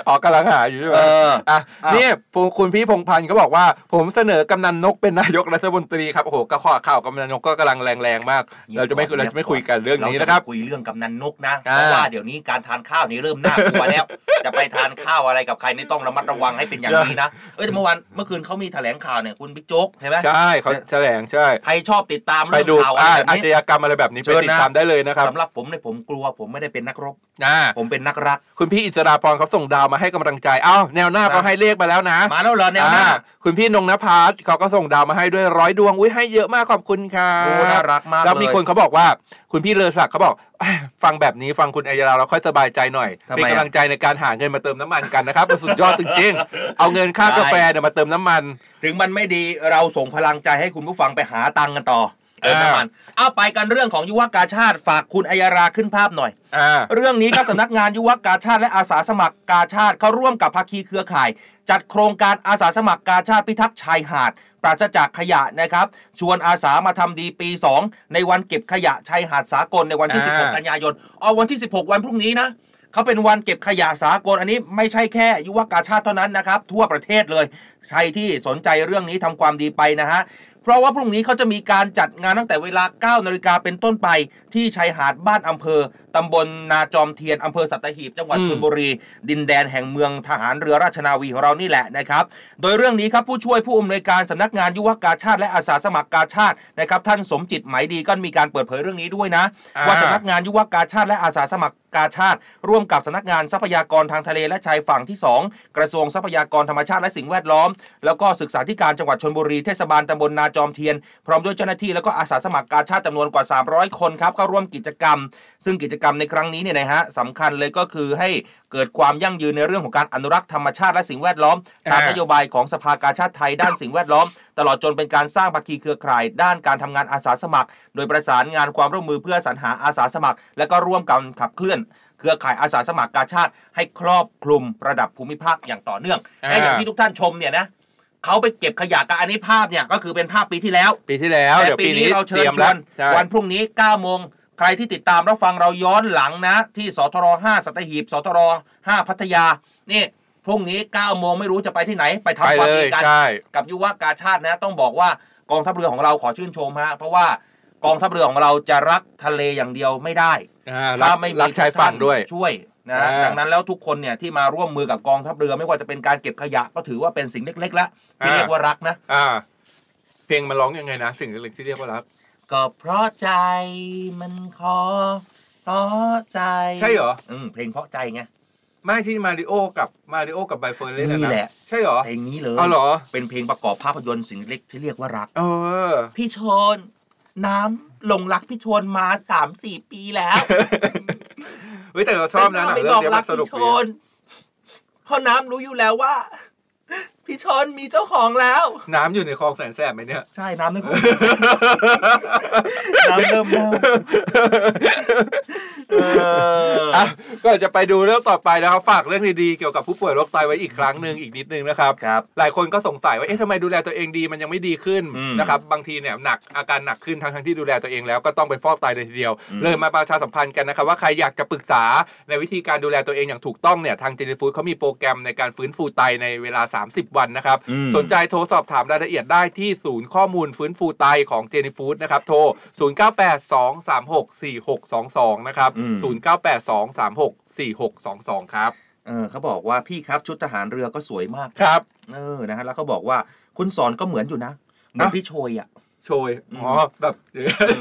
S11: ออกกำลังหาอยู่ใช่ไหม
S12: เออ
S11: อ่ะ
S12: อ่ะ
S11: เนี่ยคุณพี่พงพันธ์เขาบอกว่า ผมเสนอกำนันนกเป็นนายกรัฐมนตรีครับโอ้โหกระขอข่าวกำนันนกก็กำลังแรงๆมาก เราจะไม่เราจะไม่คุยกันเรื่องนี้นะครับ
S12: เาจไม่คุยเรื่องกำนันนกนะ
S11: อ่า
S12: เพราะว่าเดี๋ยวนี้การทานข้าวนี่เริ่มน่ากลัวแล้ว (laughs) จะไปทานข้าวอะไรกับใครนี่ต้องระมัดระวังให้เป็นอย่างนี้
S11: (laughs)
S12: นะเอ้ยแต่เมื่อวันเมื่อคืนเขามีแถลงข่าวเนี่ยคุณบิ๊กโจ๊กใช่ไหม
S11: ใช่เขาแถลงใช่
S12: ใครชอบติดตาม
S11: ไป
S12: เรื่อง
S11: ดู
S12: ข่าวอะไร
S11: อ่ะ
S12: แบบ
S11: อา
S12: นี้
S11: ชญากรรมอะไรแบบนี้
S12: เชิ
S11: ไป
S12: ญนะ
S11: ติดตามได้เลยนะครับ
S12: สำหรับผมเนี่ยผมกลัวผมไม่ได้เป็นนักรบ
S11: อ่า
S12: ผมเป็นนักรัก
S11: คุณพี่อิสราพรเขาส่งดาวมาให้กำลังใจเอ้าแนวหน้าเขาให้เลขมาแล้วนะ
S12: มาแล้วเหรอแนวหน้า
S11: อ่าคุณพี่นงนภัสเขาก็ส่งดาวมาให้ด้วยร้อยดวงอุ้ยให้เยอะมากขอบคุณค่ะ
S12: โอ้น่ารักมากเลย
S11: แล้วมีคนเขาบอกว่า คุณพี่เลอศักดิ์เขา (coughs) บอกอ่ะฟังแบบนี้ฟังคุณอัยราเราค่อยสบายใจหน่อย
S12: ทำไมอ่ะ
S11: เป็นกำลังใจในการหาเงินมาเติมน้ำมันกันนะครับมันสุดยอดจริง
S12: (laughs)
S11: ๆเอาเงินค่ากาแฟเนี่ยมาเติมน้ำมัน
S12: ถึงมันไม่ดีเราส่งพลังใจให้คุณผู้ฟังไปหาตังค์กันต่อเติมน้ำมันเอาไปกันเรื่องของยุวกาชาติฝากคุณอัยราขึ้นภาพหน่อย
S11: อ่า
S12: (laughs) เรื่องนี้ก็ สำนักงานยุวกาชาติและอาสาสมัครกาชาติเข้าร่วมกับภาคีเครือข่าย จัดโครงการอาสาสมัครกาชาติพิทักษ์ชายหาด ปราศจากขยะนะครับ ชวนอาสามาทำดีปี 2 ในวันเก็บขยะชายหาดสากลในวันที่
S11: อ่า
S12: 16 กันยายนเอาวันที่ 16 วันพรุ่งนี้นะ เขาเป็นวันเก็บขยะสากลอันนี้ไม่ใช่แค่ยุวกาชาติเท่านั้นนะครับ ทั่วประเทศเลย ใครที่สนใจเรื่องนี้ทำความดีไปนะฮะ เพราะว่าพรุ่งนี้เขาจะมีการจัดงานตั้งแต่เวลา 9 นาฬิกาเป็นต้นไป ที่ชายหาดบ้านอำเภอตำบลนาจอมเทียนอำเภอสัตหีบจังหวัด
S11: อืม
S12: ชลบุรี ดินแดนแห่งเมืองทหารเรือราชนาวีของเรานี่แหละนะครับ โดยเรื่องนี้ครับผู้ช่วยผู้อำนวยการสำนักงานยุวกาชาติและอาสาสมัครกาชาตินะครับท่านสมจิตไหมดีก็มีการเปิดเผยเรื่องนี้ด้วยนะ
S11: อ่า
S12: ว่าสำนักงานยุวกาชาติและอาสาสมัครกาชาติ ร่วมกับสำนักงานทรัพยากรทางทะเลและชายฝั่งที่ 2 กระทรวงทรัพยากรธรรมชาติและสิ่งแวดล้อม แล้วก็ศึกษาธิการจังหวัดชนบุรีเทศบาลตำบลนาจอมเทียน พร้อมด้วยเจ้าหน้าที่แล้วก็อาสาสมัครกาชาติจำนวนกว่า 300 คนครับเข้าร่วมกิจกรรม ซึ่งกิจกรรมในครั้งนี้เนี่ยนะฮะสำคัญเลยก็คือให้เกิดความยั่งยืนในเรื่องของการอนุรักษ์ธรรมชาติและสิ่งแวดล้อมตามน
S11: อ่าน
S12: โย นโยบายของสภากาชาติไทย
S11: (coughs)
S12: ด้านสิ่งแวดล้อม ตลอดจนเป็นการสร้างภาคีเครือข่าย ด้านการทำงานอาสาสมัคร โดยประสานงานความร่วมมือเพื่อสรรหาอาสาสมัคร และก็ร่วมกันขับเคลื่อน เครือข่ายอาสาสมัครกาชาติ ให้ครอบคลุมระดับภูมิภาคอย่างต่อเนื่อง
S11: อ่า
S12: และอย่างที่ทุกท่านชมเนี่ยนะเขาไปเก็บขยะกันอันนี้ภาพเนี่ยก็คือเป็นภาพปีที่แล้ว
S11: ปีที่แล้ว
S12: แต่
S11: เดี๋ยว
S12: ปี
S11: ปี
S12: นี้
S11: นี้
S12: เราเชิ
S11: ต
S12: ญ
S11: รียม
S12: ช
S11: แล้ว วน ใช่
S12: วันพรุ่งนี้ 9 โมง ใครที่ติดตามรับฟังเราย้อนหลังนะ ที่สทร5สัตหีบสทร5พัทยา นี่ พรุ่งนี้ 9 โมงไม่รู้จะไปที่ไหน ไปทำความดีกัน
S11: ไปเลยใช่
S12: กับยุวกาชาตินะ ต้องบอกว่ากองทัพเรือของเราขอชื่นชมฮะ เพราะว่ากองทัพเรือของเราจะรักทะเลอย่างเดียวไม่ได้
S11: อ่ารั
S12: ถ้าก ไม่มี
S11: รักชายฝั่งด้วย
S12: ช่วยนะ
S11: อ่า
S12: ดังนั้นแล้วทุกคนเนี่ยที่มาร่วมมือกับกองทัพเรือ ไม่ว่าจะเป็นการเก็บขยะก็ถือว่าเป็นสิ่งเล็กๆแล้วที่
S11: อ่า
S12: เรียกว่ารักนะ
S11: อ่า เพลงมันร้องยังไงนะ สิ่งเล็กๆที่เรียกว่ารัก
S12: ก็เพราะใจมันขอเพราะใจ
S11: ใช่เหรอ
S12: อืมเพลงเพราะใจไง
S11: ไม่ที่มาริโอกับมาริโอกับไบเฟิร์นเล่น
S12: นี่
S11: นะ
S12: แหละ
S11: ใช่เหรอ
S12: เพลงนี้เลย
S11: เอาเหรอ
S12: เป็นเพลงประกอบภาพยนตร์สิ่งเล็กที่เรียกว่ารัก
S11: เออ
S12: พี่ชน น้ำหลงรักพี่ชนมาสามสี่ปีแล้ว
S11: เฮ้ยแต่ (laughs) เราชอบนะหนัง
S12: ไม่
S11: เรื่
S12: บ
S11: อ
S12: อง ก
S11: เนี้ย
S12: รั
S11: มั
S12: ก
S11: นสนุก
S12: พี่ช
S11: ดี
S12: นเพราะน้ำรู้อยู่แล้วว่า (laughs) พี่ชนมีเจ้าของแล้ว
S11: น้ำอยู่ในคลองแสนแสบไหมเนี่ย
S12: ใช่น้ำไม่คุ้มน้ำเริ่มเน่าเออ
S11: อ่ะก็จะไปดูเรื่องต่อไปนะครับฝากเรื่องดีๆเกี่ยวกับผู้ป่วยโรคไตไว้อีกครั้งหนึ่งอีกนิดนึงนะครับ
S12: ครับ
S11: หลายคนก็สงสัยว่าเอ๊ะทำไมดูแลตัวเองดีมันยังไม่ดีขึ้น
S12: อืม
S11: นะครับบางทีเนี่ยหนักอาการหนักขึ้นทั้งๆที่ดูแลตัวเองแล้วก็ต้องไปฟอกไตเลยทีเดียว
S12: อืม
S11: เลยมาประชาสัมพันธ์กันนะครับว่าใครอยากจะปรึกษาในวิธีการดูแลตัวเองอย่างถูกต้องเนี่ยทางเจนฟูดเขามีโปรแกรมในการฟื้นฟูไตในเวลา 30 วันนะครับ
S12: อืม
S11: สนใจโทรสอบถามรายละเอียดได้ที่ศูนย์ข้อมูลฟื้นฟูไตของเจนิฟูดนะครับ โทร 0 9 8 2 3 6 4 6 2 2 นะครับ
S12: อืม
S11: 0 9 8 2 3 6 4 6 2 2 ครับ
S12: เออเขาบอกว่าพี่ครับชุดทหารเรือก็สวยมาก
S11: ครับ
S12: เออนะฮะแล้วเขาบอกว่าคุณสอนก็เหมือนอยู่นะ เหมือน
S11: อ่ะ
S12: พี่โชยอ่ะ
S11: โชย อ๋อ แบบ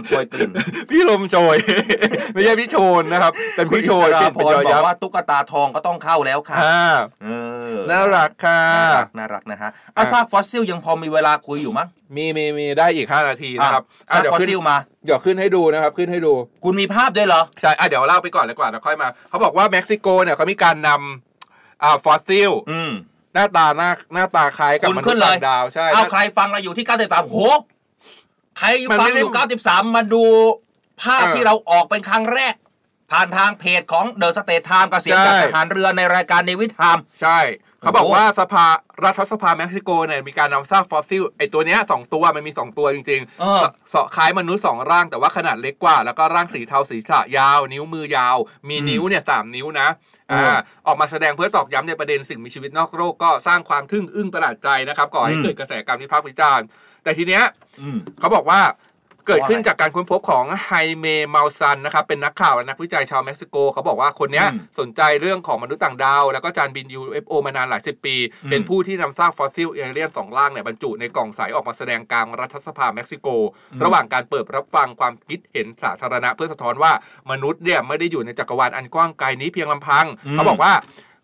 S12: โชยกลิ่น
S11: (laughs) พี่ลมโชย (laughs) ไม่ใช่พี่โชนนะครับ เป็นพี่โชย
S12: คุณอิส
S11: เปลี่นเป็นยอ
S12: รายพรบอก
S11: ยัก
S12: ว่า
S11: ษ์
S12: ตุ๊กตาทองก็ต้องเข้าแล้วค่ะ
S11: อ่า
S12: เออ
S11: น่ารักค่ะ
S12: น่ารักน่ารักนะฮะอ่ะ
S11: อ่ะ
S12: ซากฟอสซิลยังพอมีเวลาคุยอยู่มั้ง
S11: มีมีมีได้อีก 5 นาที
S12: อ่ะ
S11: นะครับอ่ะ
S12: ซาก
S11: เดี๋ยว
S12: ฟอส
S11: ขึ้น
S12: ซิลมา
S11: เดี๋ยวขึ้นให้ดูนะครับ ขึ้นให้ดู
S12: คุณมีภาพด้วยเหรอ
S11: ใช่อ่ะเดี๋ยวเล่าไปก่อนเลยกว่าแล้วค่อยมา เขาบอกว่าเม็กซิโกเนี่ยเขามีการนำอ่าฟอสซิล
S12: อืม
S11: หน้าตาหน้าหน้าตาคล้ายกับ
S12: คุณ
S11: มนุ
S12: ขึ้
S11: ษ
S12: น
S11: ย์
S12: เลย
S11: ต่างดาวใช่
S12: เอาใครฟังเราอยู่ที่ 93โหใครอยู่
S11: มัน
S12: ฟั
S11: ไม่
S12: งเราอยู่
S11: ได้
S12: 93 มาดูภาพ
S11: เออ
S12: ที่เราออกเป็นครั้งแรก ผ่านทางเพจของเดอะสเตทไทม์กับเสียงจาก
S11: ใช่
S12: ทหารเรือในรายการเนวิทาม
S11: ใช่ เขาบอก
S12: โอ้โห
S11: ว่าสภารัฐสภาเม็กซิโกเนี่ยมีการนำซากฟอสซิลไอตัวเนี้ยสองตัวมันมีสองตัวจริง
S12: เอ
S11: ๆ
S12: อ
S11: เสาะเสาะคล้ายมนุษย์สองร่างแต่ว่าขนาดเล็กกว่า แล้วก็ร่างสีเทาศีรษะยาว นิ้วมือยาว มี
S12: อืม
S11: นิ้วเนี่ยสามนิ้วนะ
S12: อื
S11: อ่าม ออกมาแสดงเพื่อตอกย้ำในประเด็นสิ่งมีชีวิตนอกโลกก็สร้างความทึ่งอึ้งประหลาดใจนะครับก่อให้
S12: อืม
S11: เกิดกระแสการวิพากษ์วิจารณ์แต่ทีเนี้ย
S12: อืม
S11: เขาบอกว่าเกิดขึ้น
S12: ว่าอะไร
S11: จากการค้นพบของไฮเมมาลซันนะครับเป็นนักข่าวและนักวิจัยชาวเม็กซิโก เขาบอกว่าคนเนี้ย
S12: อืม
S11: สนใจเรื่องของมนุษย์ต่างดาว แล้วก็จานบิน UFO มานานหลายสิบปี
S12: อืม
S11: เป็นผู้ที่นำซากฟอสซิลเอเลียนสองล่างเนี่ยบรรจุในกล่องใสออกมาแสดงกลางรัฐสภาเม็กซิโก ระหว่างการเปิดรับฟังความคิดเห็นสาธารณะ เพื่อสะท้อนว่ามนุษย์เนี่ยไม่ได้อยู่ในจักรวาลอันกว้างไกลนี้เพียงลำพัง
S12: อืม
S11: เขาบอกว่า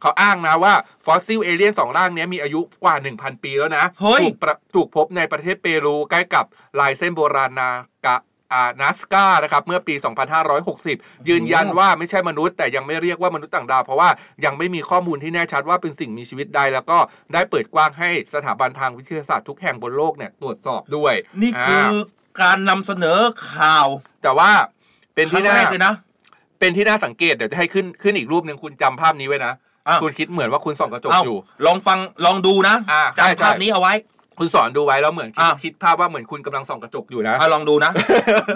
S11: เขาอ้างนะว่าฟอสซิลเอเลียนสองร่างเนี้ยมีอายุกว่า 1,000 ปีแล้วนะ
S12: เฮ้ย
S11: ถูกประถูกพบในประเทศเปรูใกล้กับลายเส้นโบราณนากะอานัสกานะครับเมื่อปี 2560 ยืนยันว่าไม่ใช่มนุษย์แต่ยังไม่เรียกว่ามนุษย์ต่างดาว เพราะว่ายังไม่มีข้อมูลที่แน่ชัดว่าเป็นสิ่งมีชีวิตใด แล้วก็ได้เปิดกว้างให้สถาบันทางวิทยาศาสตร์ทุกแห่งบนโลกเนี่ยตรวจสอบด้วย
S12: นี่คือ
S11: อา
S12: การนำเสนอข่าว
S11: แต่ว่าเป็น
S12: ครั้
S11: ที่
S12: ง
S11: น่า
S12: แรกเลยนะ
S11: เป็นที่น่าสังเกตเดี๋ยวจะให้ขึ้นขึ้นอีกรูปหนึ่งคุณจำภาพนี้ไว้นะ
S12: อ้าว
S11: คุณคิดเหมือนว่าคุณส่องกระจก
S12: เอ้า
S11: อยู่
S12: ลองฟังลองดูนะ
S11: อ่าใช่
S12: จำภาพ
S11: ใช่
S12: นี้เอาไว้
S11: คุณสอนดูไว้แล้วเหมือนคิดคิดภาพว่าเหมือนคุณกำลังส่องกระจกอยู่นะ
S12: อ่ะลอง
S11: (laughs)
S12: ดูนะ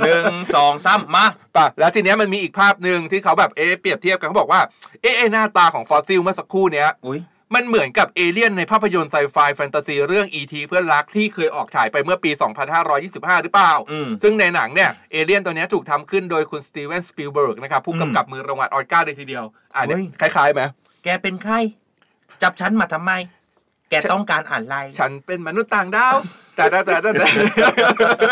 S12: หนึ่งสองสามมา
S11: ป่ะแล้วทีเนี้ยมันมีอีกภาพหนึ่งที่เขาแบบเอ๊ะเปรียบเทียบกันเขาบอกว่าเอ๊ะไอ้หน้าตาของฟอสซิลเมื่อสักครู่เนี้ยมันเหมือนกับเอเลี่ยนในภาพยนตร์ไซไฟแฟนตาซีเรื่อง E.T. เพื่อนรักที่เคยออกฉายไปเมื่อปี 2525 หรือเปล่า ซึ่งในหนังเนี่ยเอเลี่ยนตัวเนี้ยถูกทำขึ้นโดยคุณสตีเวนสปิลเบิร์กนะครับผู้กำกับมือรางวัลออสการ์เลยทีเดียวอ่ะเนี่ยคล้ายๆไหม
S6: แกเป็นใคร จับฉันมาทำไม แกต้องการอ่านไลน์
S11: ฉันเป็นมนุษย์ต่างดาว แต่แต่แต่แต่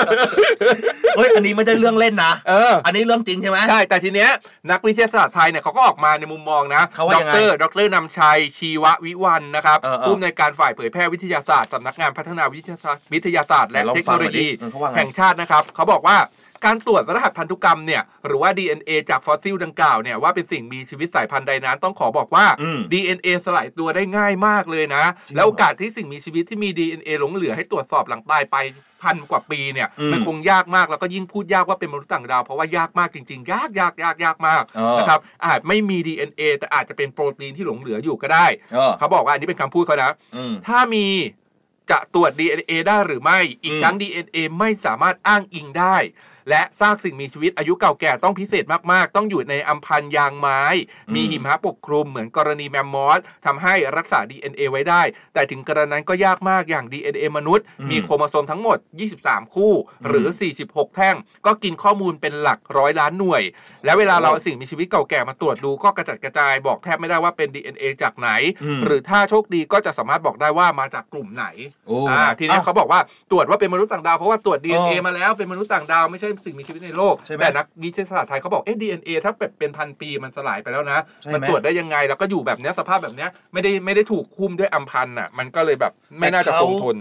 S11: (laughs)
S6: เฮ้ย อันนี้ไม่ได้เรื่องเล่นนะ
S11: เออ
S6: อันนี้เรื่องจริงใช่ไหม
S11: ใช่ แต่ทีเนี้ยนักวิทยาศาสตร์ไทยเนี่ยเขาก็ออกมาในมุมมองนะ
S6: เขาว่า
S11: ด
S6: ยังไง
S11: รดรนำชัย ชีววิวันนะครับ
S6: เออเออ
S11: ผู้อำนวยการฝ่ายเผยแพร่วิทยาศาสตร์สำนักงานพัฒนาวิทยาศาสตร์วิทยาศาสตร์และ
S6: ไหนลอง
S11: เทคโนโลยี
S6: ฟังหน่อยดิเออเขาว่าไง
S11: แห่งชาตินะครับเขาบอกว่าการตรวจรหัสพันธุกรรมเนี่ยหรือว่า DNA จากฟอสซิลดังกล่าวเนี่ยว่าเป็นสิ่งมีชีวิตสายพันธุ์ใดนั้นต้องขอบอกว่า DNA สลายตัวได้ง่ายมากเลยนะ แล้วโอกาสที่สิ่งมีชีวิตที่มี DNA หลงเหลือให้ตรวจสอบหลังตายไปพันกว่าปีเนี่ย
S6: อืม
S11: มันคงยากมากแล้วก็ยิ่งพูดยากว่าเป็นมนุษย์ต่างดาวเพราะว่ายากมากจริงๆ ยากยากยากยากมาก
S6: เออ
S11: นะครับอาจไม่มี DNA แต่อาจจะเป็นโปรตีนที่หลงเหลืออยู่ก็ได้
S6: เออ
S11: เขาบอกว่าอันนี้เป็นคำพูดเขานะ
S6: อืม
S11: ถ้ามีจะตรวจ DNA ได้หรือไม่ อีกทั้ง DNA ไม่สามารถอ้างอิงได้ และซากสิ่งมีชีวิตอายุเก่าแก่ต้องพิเศษมากๆ ต้องอยู่ในอำพันยางไม้ มีหิมะปกคลุมเหมือนกรณีแมมมอสทำให้รักษา DNA ไว้ได้ แต่ถึงกระนั้นก็ยากมากอย่าง DNA มนุษย์
S6: อืม
S11: มีโครโมโซมทั้งหมด 23 คู่ หรือ 46 แท่ง ก็กินข้อมูลเป็นหลักร้อยล้านหน่วย และเวลาเราเอาสิ่งมีชีวิตเก่าแก่มาตรวจดูก็กระจัดกระจายบอกแทบไม่ได้ว่าเป็น DNA จากไหน
S6: อืม
S11: หรือถ้าโชคดีก็จะสามารถบอกได้ว่ามาจากกลุ่มไหน
S6: โอ้
S11: อ่าทีเนี้ย
S6: อ้าว
S11: เขาบอกว่าตรวจว่าเป็นมนุษย์ต่างดาวเพราะว่าตรวจ DNA
S6: เออ
S11: มาแล้วเป็นมนุษย์ต่างดาวไม่ใช่สิ่งมีชีวิตในโลก
S6: ใช่ไหม
S11: แต่นักวิทยาศาสตร์ไทยเขาบอกเอ๊ะ DNA ถ้าเป็นเป็นพันปีมันสลายไปแล้วนะ
S6: ใช่ไหม
S11: มันตรวจได้ยังไงแล้วก็อยู่แบบเนี้ยสภาพแบบเนี้ยไม่ได้ไม่ได้ถูกคุมด้วยอัมพันธ์อ่ะมันก็เลยแบบไม่น่าจะคงทน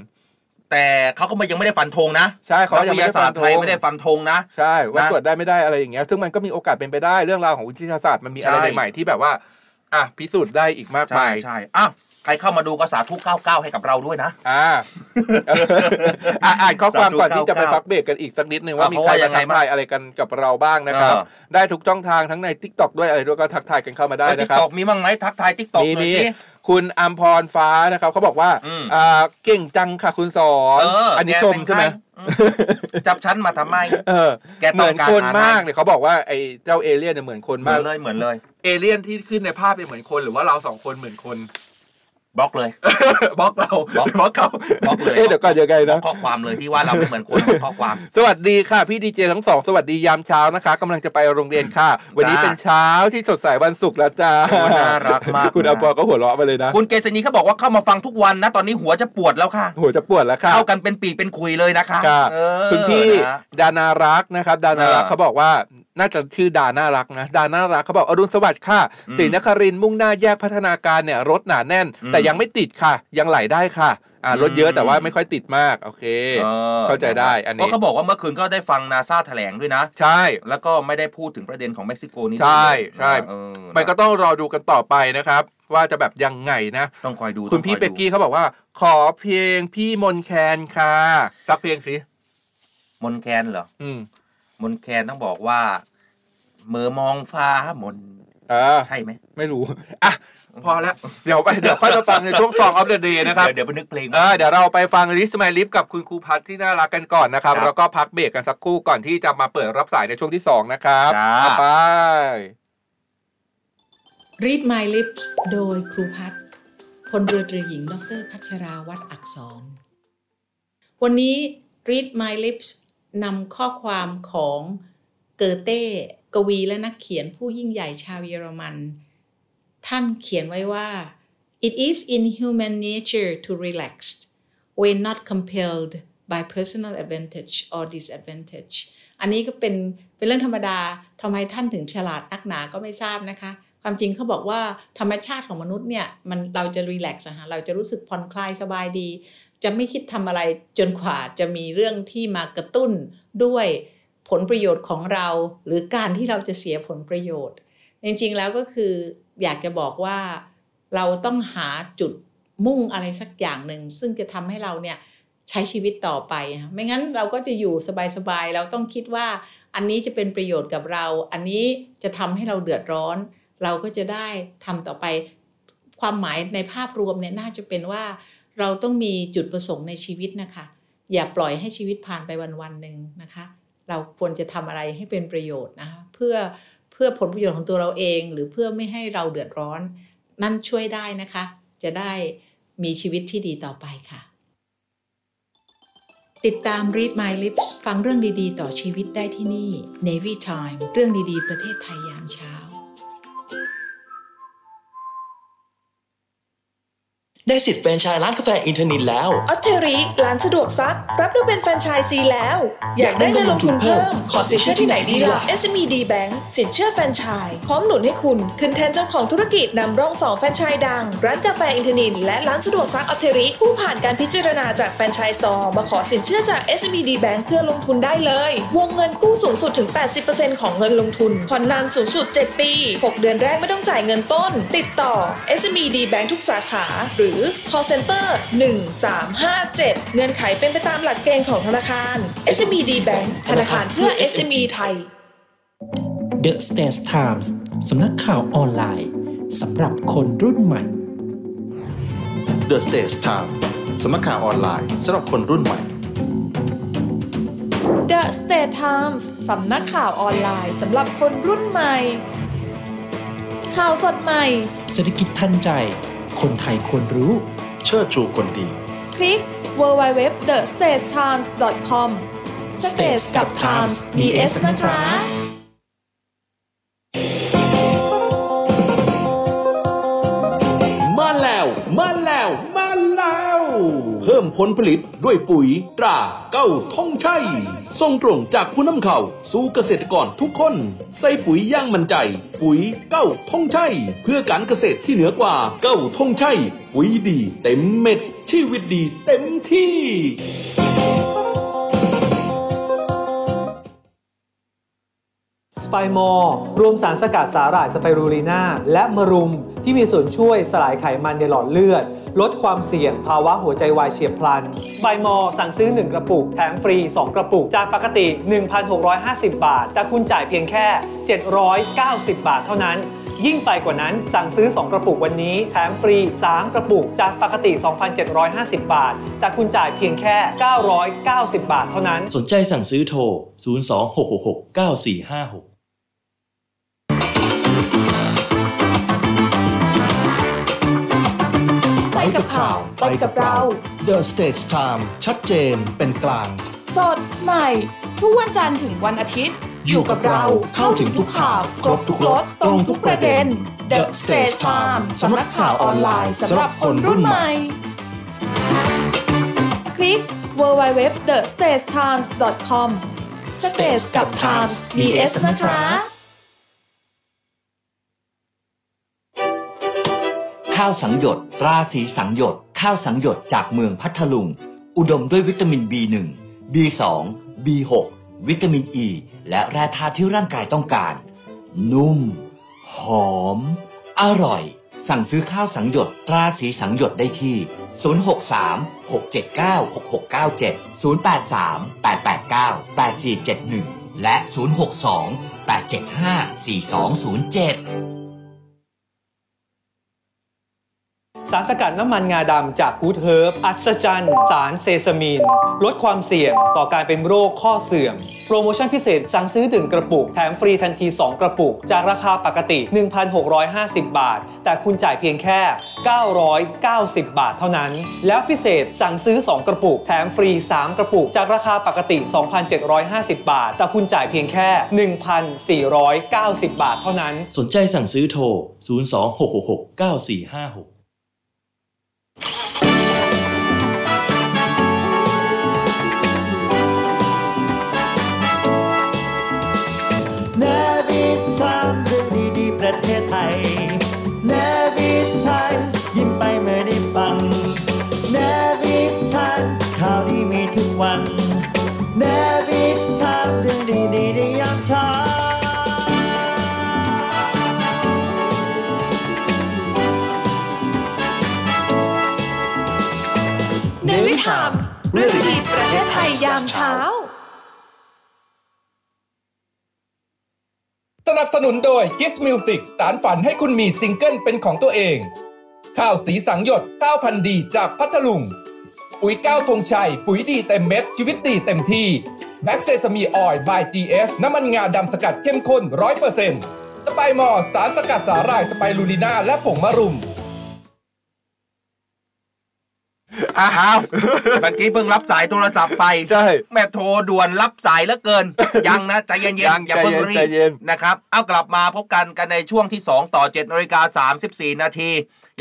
S6: แต่เขาก็ไม่ยังไม่ได้ฟันธงนะ
S11: ใช่เขายังไม่
S6: นักวิท
S11: ได้
S6: ยาศาสตร์ไทย
S11: ฟันธง
S6: ไม่ได้ฟันธงนะ
S11: ใช่ว่า
S6: นะ
S11: ตรวจได้ไม่ได้อะไรอย่างเงี้ยซึ่งมันก็มีโอกาสเป็นไปได้เรื่องราวของวิทยาศาสตร์มันมีอะไร
S6: ใช่
S11: ใหม่ๆที่แบบว่าอ่ะพิสูจน์ได้อีกมาก
S6: ใช่
S11: มาย
S6: ใช่อ้าวใครเข้ามาดูก็สาธุ99 ให้กับเราด้วยนะ
S11: อ่ (laughs) า อ่ะอ่านข้อความก่อนที่จะไป
S6: สาธุ
S11: พักเบรกกันอีกสักนิดนึงว่า
S6: อ่ะ
S11: มี
S6: เพราะ
S11: ใคร
S6: ว่ายั
S11: มาง
S6: ไง
S11: ทักทายอะไรกันกับเราบ้างนะครับ
S6: เออ
S11: ได้ทุกช่องทางทั้งใน t ิ k t o k ด้วยอะไรด้วยก็ทักทายกันเข้ามาได้
S6: แล้วติ๊ก
S11: นะครับ
S6: ตอกมีบ้างไหมทักทายติ๊กตอก
S11: มี
S6: หน่อย
S11: มี
S6: สิ
S11: คุณอัมพรฟ้านะครับเขาบอกว่า
S6: อืม
S11: อ่าเก่งจังค่ะคุณสอน
S6: เอออั
S11: นนี้ชมใช่ไหม
S6: จับฉันมาทำไม
S11: เออ
S6: แก
S11: เห
S6: ต้
S11: มื
S6: อง
S11: อน
S6: การ
S11: คน
S6: อะไร
S11: มากเนี่ยเขาบอกว่าไอ้เจ้าเอเลี่ยนเนี่ยเหมือนคน
S6: เหมื
S11: มา
S6: อก นเลยเหมือนเลย
S11: เอเลี่ยนที่ขึ้นในภาพเนี่ยเหมือนคนหรือว่าเราสองคนเหมือนคน (laughs)
S6: บล็อกเลย
S11: บล็อกเรา
S6: บล็อก
S11: บล็อกเขา
S6: บล็อกเลย
S11: เอ๊ะเดี๋ยวก่อนยังไง
S6: บล็อ
S11: นะ
S6: กข้อความเลยที่ว่าเราไม่เหมือนคนบล็อกข้อความ
S11: สวัสดีค่ะ พี่ดีเจทั้งสอง สวัสดียามเช้านะคะกำลังจะไปโรงเรียนค่ะ วันนี้
S6: จ้า
S11: เป็นเช้าที่สดใสวันศุกร์แล้วจ้า
S6: โอ้น่ารักมาก
S11: คุณ
S6: นะ
S11: อาปอก็หัวเราะไปเลยนะ
S6: คุณเกษณีเขาบอกว่าเข้ามาฟังทุกวันนะ ตอนนี้หัวจะปวดแล้วค่ะ
S11: หัวจะปวดแล้วค่ะ
S6: เข้ากันเป็นปีกเป็นคุยเลยนะคะ
S11: ค่ะ
S6: เออ
S11: คุณพี่
S6: นะ
S11: ดานารักษ์นะครับ ดานารักษ์
S6: เออ
S11: เขาบอกว่าน่าจะชื่อดาน่ารักนะดาน่ารักเขาบอกอรุณสวัสดิ์ค่ะ
S6: อืม
S11: ศรีนครินทร์มุ่งหน้าแยกพัฒนาการเนี่ยรถหนาแน่น
S6: อืม
S11: แต่ยังไม่ติดค่ะ ยังไหลได้ค่ะอ่ารถเยอะ
S6: อืม
S11: แต่ว่าไม่ค่อยติดมากโอเค
S6: ออ
S11: เข้าใจได้อันนี้
S6: เพราะเขาบอกว่าเมื่อคืนก็ได้ฟังนาซาแถลงด้วยนะ
S11: ใช่
S6: แล้วก็ไม่ได้พูดถึงประเด็นของเม็กซิโกนี่ด้
S11: ใช่
S6: วยนะ
S11: ใช่
S6: เออ
S11: มันก็ต้องรอดูกันต่อไปนะครับ ว่าจะแบบยังไงนะ
S6: ต้องคอยดู
S11: คุณพี่
S6: ต้
S11: เป็
S6: อง
S11: ก
S6: อยดู
S11: กี้เขาบอกว่า ขอเพลงพี่มนแคนค่ะสักเพลงสิ
S6: มนแคนเหรอ
S11: อืม
S6: มนแคนต้องบอกว่าเมื่อมองฟ้ามน
S11: เออ
S6: ใช่ไหม
S11: ไม่รู้ อ่ะ พอแล้วเดี๋ยวไปเดี๋ยวค่อยมาฟังในช่วงซองออฟเดอะเดย์นะครับ
S6: เดี๋ยวเดี๋ยวไปนึกเพลง
S11: เออเดี๋ยวเราไปฟังลิสต์ม l ลิฟกับคุณครูพัฒที่น่ารักกันก่อนนะครับ
S6: ครับ
S11: แล้วก็พักเบรกกันสักครู่ก่อนที่จะมาเปิดรับสายในช่วงที่สองนะครับ
S6: จ้า
S11: เอาไป
S2: Read My Lips โดยครูพัฒน์พลเรือตรีหญิง ดรพัชราวัตรอักษร วันนี้ Read My Lips นำข้อความของเกอเต้กวีและนักเขียนผู้ยิ่งใหญ่ชาวเยอรมัน ท่านเขียนไว้ว่า it is in human nature to relax when not compelled by personal advantage or disadvantage อันนี้ก็เป็นเป็นเรื่องธรรมดาทำไมท่านถึงฉลาดนักหนาก็ไม่ทราบนะคะ ความจริงเขาบอกว่าธรรมชาติของมนุษย์เนี่ยมันเราจะรีแลกซ์อะฮะเราจะรู้สึกผ่อนคลายสบายดี จะไม่คิดทำอะไรจนกว่าจะมีเรื่องที่มากระตุ้นด้วยผลประโยชน์ของเรา หรือการที่เราจะเสียผลประโยชน์ จริงๆแล้วก็คืออยากจะบอกว่าเราต้องหาจุดมุ่งอะไรสักอย่างหนึ่ง ซึ่งจะทำให้เราเนี่ยใช้ชีวิตต่อไปอะไม่งั้นเราก็จะอยู่สบายๆ เราต้องคิดว่าอันนี้จะเป็นประโยชน์กับเรา อันนี้จะทำให้เราเดือดร้อน เราก็จะได้ทำต่อไป ความหมายในภาพรวมเนี่ยน่าจะเป็นว่า เราต้องมีจุดประสงค์ในชีวิตนะคะ อย่าปล่อยให้ชีวิตผ่านไปวันวันๆหนึ่งนะคะ เราควรจะทำอะไรให้เป็นประโยชน์นะคะเพื่อเพื่อผลประโยชน์ของตัวเราเอง หรือเพื่อไม่ให้เราเดือดร้อน นั่นช่วยได้นะคะ จะได้มีชีวิตที่ดีต่อไปค่ะ ติดตาม Read My Lips ฟังเรื่องดีๆ ต่อชีวิตได้ที่นี่ Navy Time เรื่องดีๆ ประเทศไทยยามเช้า
S14: ได้สิทธิ์แฟรนไชส์ร้านกาแฟอินเทอร์เน็ตแล้ว
S15: ออเทอรีร้านสะดวกซัก รับดูเป็นแฟรนไชส์ซีแล้ว อยากได้เงินลงทุนเพิ่ม ขอสินเชื่อที่ไหนดีล่ะ SME D Bank สินเชื่อแฟรนไชส์พร้อมหนุนให้คุณ ขึ้นแทนเจ้าของธุรกิจนำร่องสองแฟรนไชส์ดัง ร้านกาแฟอินทนิน และร้านสะดวกซักออเทอรีผู้ผ่านการพิจารณาจากแฟรนไชส์ซอมาขอสินเชื่อจาก SME D Bank เพื่อลงทุนได้เลย วงเงินกู้สูงสุดถึง 80%ของเงินลงทุนผ่อนนานสูงสุด 7 ปี 6 เดือนแรกไม่ต้องจ่ายเงินต้น ติดต่อ SME D Bank ทุกสาขา หรือ call center 1357 เงื่อนไขเป็นไปตามหลักเกณฑ์ของธนาคาร SME D Bank ธนาคารเพื่อ SME ไทย
S16: The States Times สำนักข่าวออนไลน์สำหรับคนรุ่นใหม่
S1: The Stage Time สมัครข่าวออนไลน์สำหรับคนรุ่นใหม่
S15: The State Times สำนักข่าวออนไลน์สำหรับคนรุ่นใหม่ ข่าวสดใหม่
S16: เศรษฐกิจทันใจ คนไทยควรรู้
S1: เชิดชูคนดี
S15: คลิก www.thestagetimes.com Stage กับ Times BS นะคะ
S17: มาแล้วมาแล้วมาแล้ว เพิ่มผลผลิตด้วยปุ๋ยตราเก้าทงชัยส่งตรงจากผู้นำเข้าสู่เกษตรกรทุกคน ใส่ปุ๋ยอย่างมั่นใจ ปุ๋ยเก้าทงชัยเพื่อการเกษตรที่เหนือกว่าเก้าทงชัยปุ๋ยดีเต็มเม็ด ชีวิตดีเต็มที่
S10: สไปมอร์รวมสารสกัดสาหร่ายสไปรูลีนาและมะรุม ที่มีส่วนช่วยสลายไขมันในหลอดเลือด ลดความเสี่ยงภาวะหัวใจวายเฉียบพลันสไปมอร์สั่งซื้อ 1 กระปุก แถมฟรี 2 กระปุก จากปกติ 1,650 บาท แต่คุณจ่ายเพียงแค่ 790 บาทเท่านั้น ยิ่งไปกว่านั้นสั่งซื้อ 2 กระปุกวันนี้แถมฟรี 3 กระปุก จากปกติ 2,750 บาท แต่คุณจ่ายเพียงแค่ 990 บาทเท่านั้น
S4: สนใจสั่งซื้อโทร 026669456
S1: ไปกับข่าว ไปกับเรา The Stage Time ชัดเจนเป็นกลาง
S15: สดใหม่ ทุกวันจันทร์ถึงวันอาทิตย์ อยู่กับเราเข้าถึงทุกข่าว ครบทุกรสตรงทุกประเด็น The Stage Time สำนักข่าวออนไลน์สำหรับคนรุ่นใหม่ คลิก www.thestagetimes.com Stage กับ Times BS นะคะ
S7: ข้าวสังหยดตราสีสังหยดข้าวสังหยดจากเมืองพัทลุง อุดมด้วยวิตามิน B1 B2 B6 วิตามินอ e, ีและแร่ธาตุที่ร่างกายต้องการ นุ่ม หอม อร่อย สั่งซื้อข้าวสังหยดตราสีสังหยดได้ที่ 063 679 6697 083 889 8471 และ 062 875 4207
S10: สารสกัดน้ำมันงาดำจากกูดเฮิร์บอัศจรรย์ สารเซซามีน ลดความเสี่ยงต่อการเป็นโรคข้อเสื่อม โปรโมชั่นพิเศษสั่งซื้อถึงกระปุก แถมฟรีทันที 2 กระปุก จากราคาปกติ 1,650 บาท แต่คุณจ่ายเพียงแค่ 990 บาทเท่านั้น แล้วพิเศษสั่งซื้อ 2 กระปุก แถมฟรี 3 กระปุก จากราคาปกติ 2,750 บาท แต่คุณจ่ายเพียงแค่ 1,490 บาทเท่านั้น
S4: สนใจสั่งซื้อโทร 026669456
S18: นาวิดไทม์เรื่องดีๆประเทศไทยนาวิดไทม์ยิ้มไปเมื่อได้ฟังนาวิดไทม์ข่าวดีมีทุกวันนาวิดไทม์เรื่องดีๆในยามเช้า
S15: ในวิชามเรื่องดีๆประเทศไทยยามเช้า
S19: สนับสนุนโดย Kiss Music สารฝันให้คุณมีซิงเกิลเป็นของตัวเอง ข้าวสีสังหยดข้าวพันธุ์ดีจากพัทลุง ปุ๋ยก้าวธงชัย ปุ๋ยดีเต็มเม็ด ชีวิตดีเต็มที่แม็กเซสมีออยล์บาย GS น้ำมันงาดำสกัดเข้มข้น 100%สไปมอร์สารสกัดสาหร่าย สไปรูลิน่า และผงมะรุม
S12: อ้าวเมื่อกี้เพิ่งรับสายโทรศัพท์ไป
S11: ใช่
S12: แม่โทรด่วนรับสายแล้วเกิ
S11: (laughs)
S12: น ยังนะใจเย็น
S11: ยัง
S12: ๆอย่าเพิ่งรี
S11: ใจ
S12: บ
S11: เย็น
S12: นะครับเอากลับมาพบกันกันในช่วงที่ 2 ต่อ7นาฬิกา34 นาที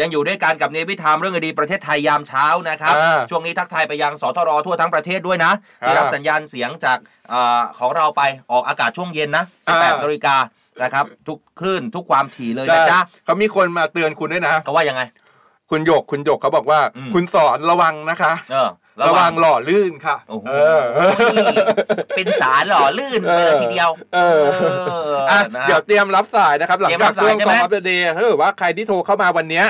S12: ยังอยู่ด้วยกันกับเนวิธามเรื่องดีประเทศไทยยามเช้านะครับ
S11: อ่า
S12: ช่วงนี้ทักทายไปยังสทรทั่วทั้งประเทศด้วยนะที่รับ
S11: อ่า
S12: สัญญาณเสียงจากเอ่อของเราไปออกอากาศช่วงเย็นนะ18
S11: อ่า
S12: นาฬิกานะครับทุกคลื่นทุกความถี่เลยนะ
S11: ใช่
S12: จ๊ะ
S11: เขามีคนมาเตือนคุณด้วยนะ
S12: เขาว่ายังไง
S11: คุณหยกคุณหยกเขาบอกว่า คุณสอนระวังนะคะ
S12: เออ
S11: ระวังหล่อลื่นค่ะ
S12: โอ้โห
S11: เออ
S12: เป็นสารหล่อลื่นไปเลยทีเดียว
S11: เอออ่ะเดี๋ยวเตรียมรับสายนะครับ หลัง
S12: เตรียมรั
S11: จาก
S12: บสาย
S11: ช่วง
S12: ใช่
S11: ต
S12: ไห
S11: อ
S12: ม
S11: นอัปเดตถ้าเกิดว่าใครที่โทรเข้ามาวันเนี้ย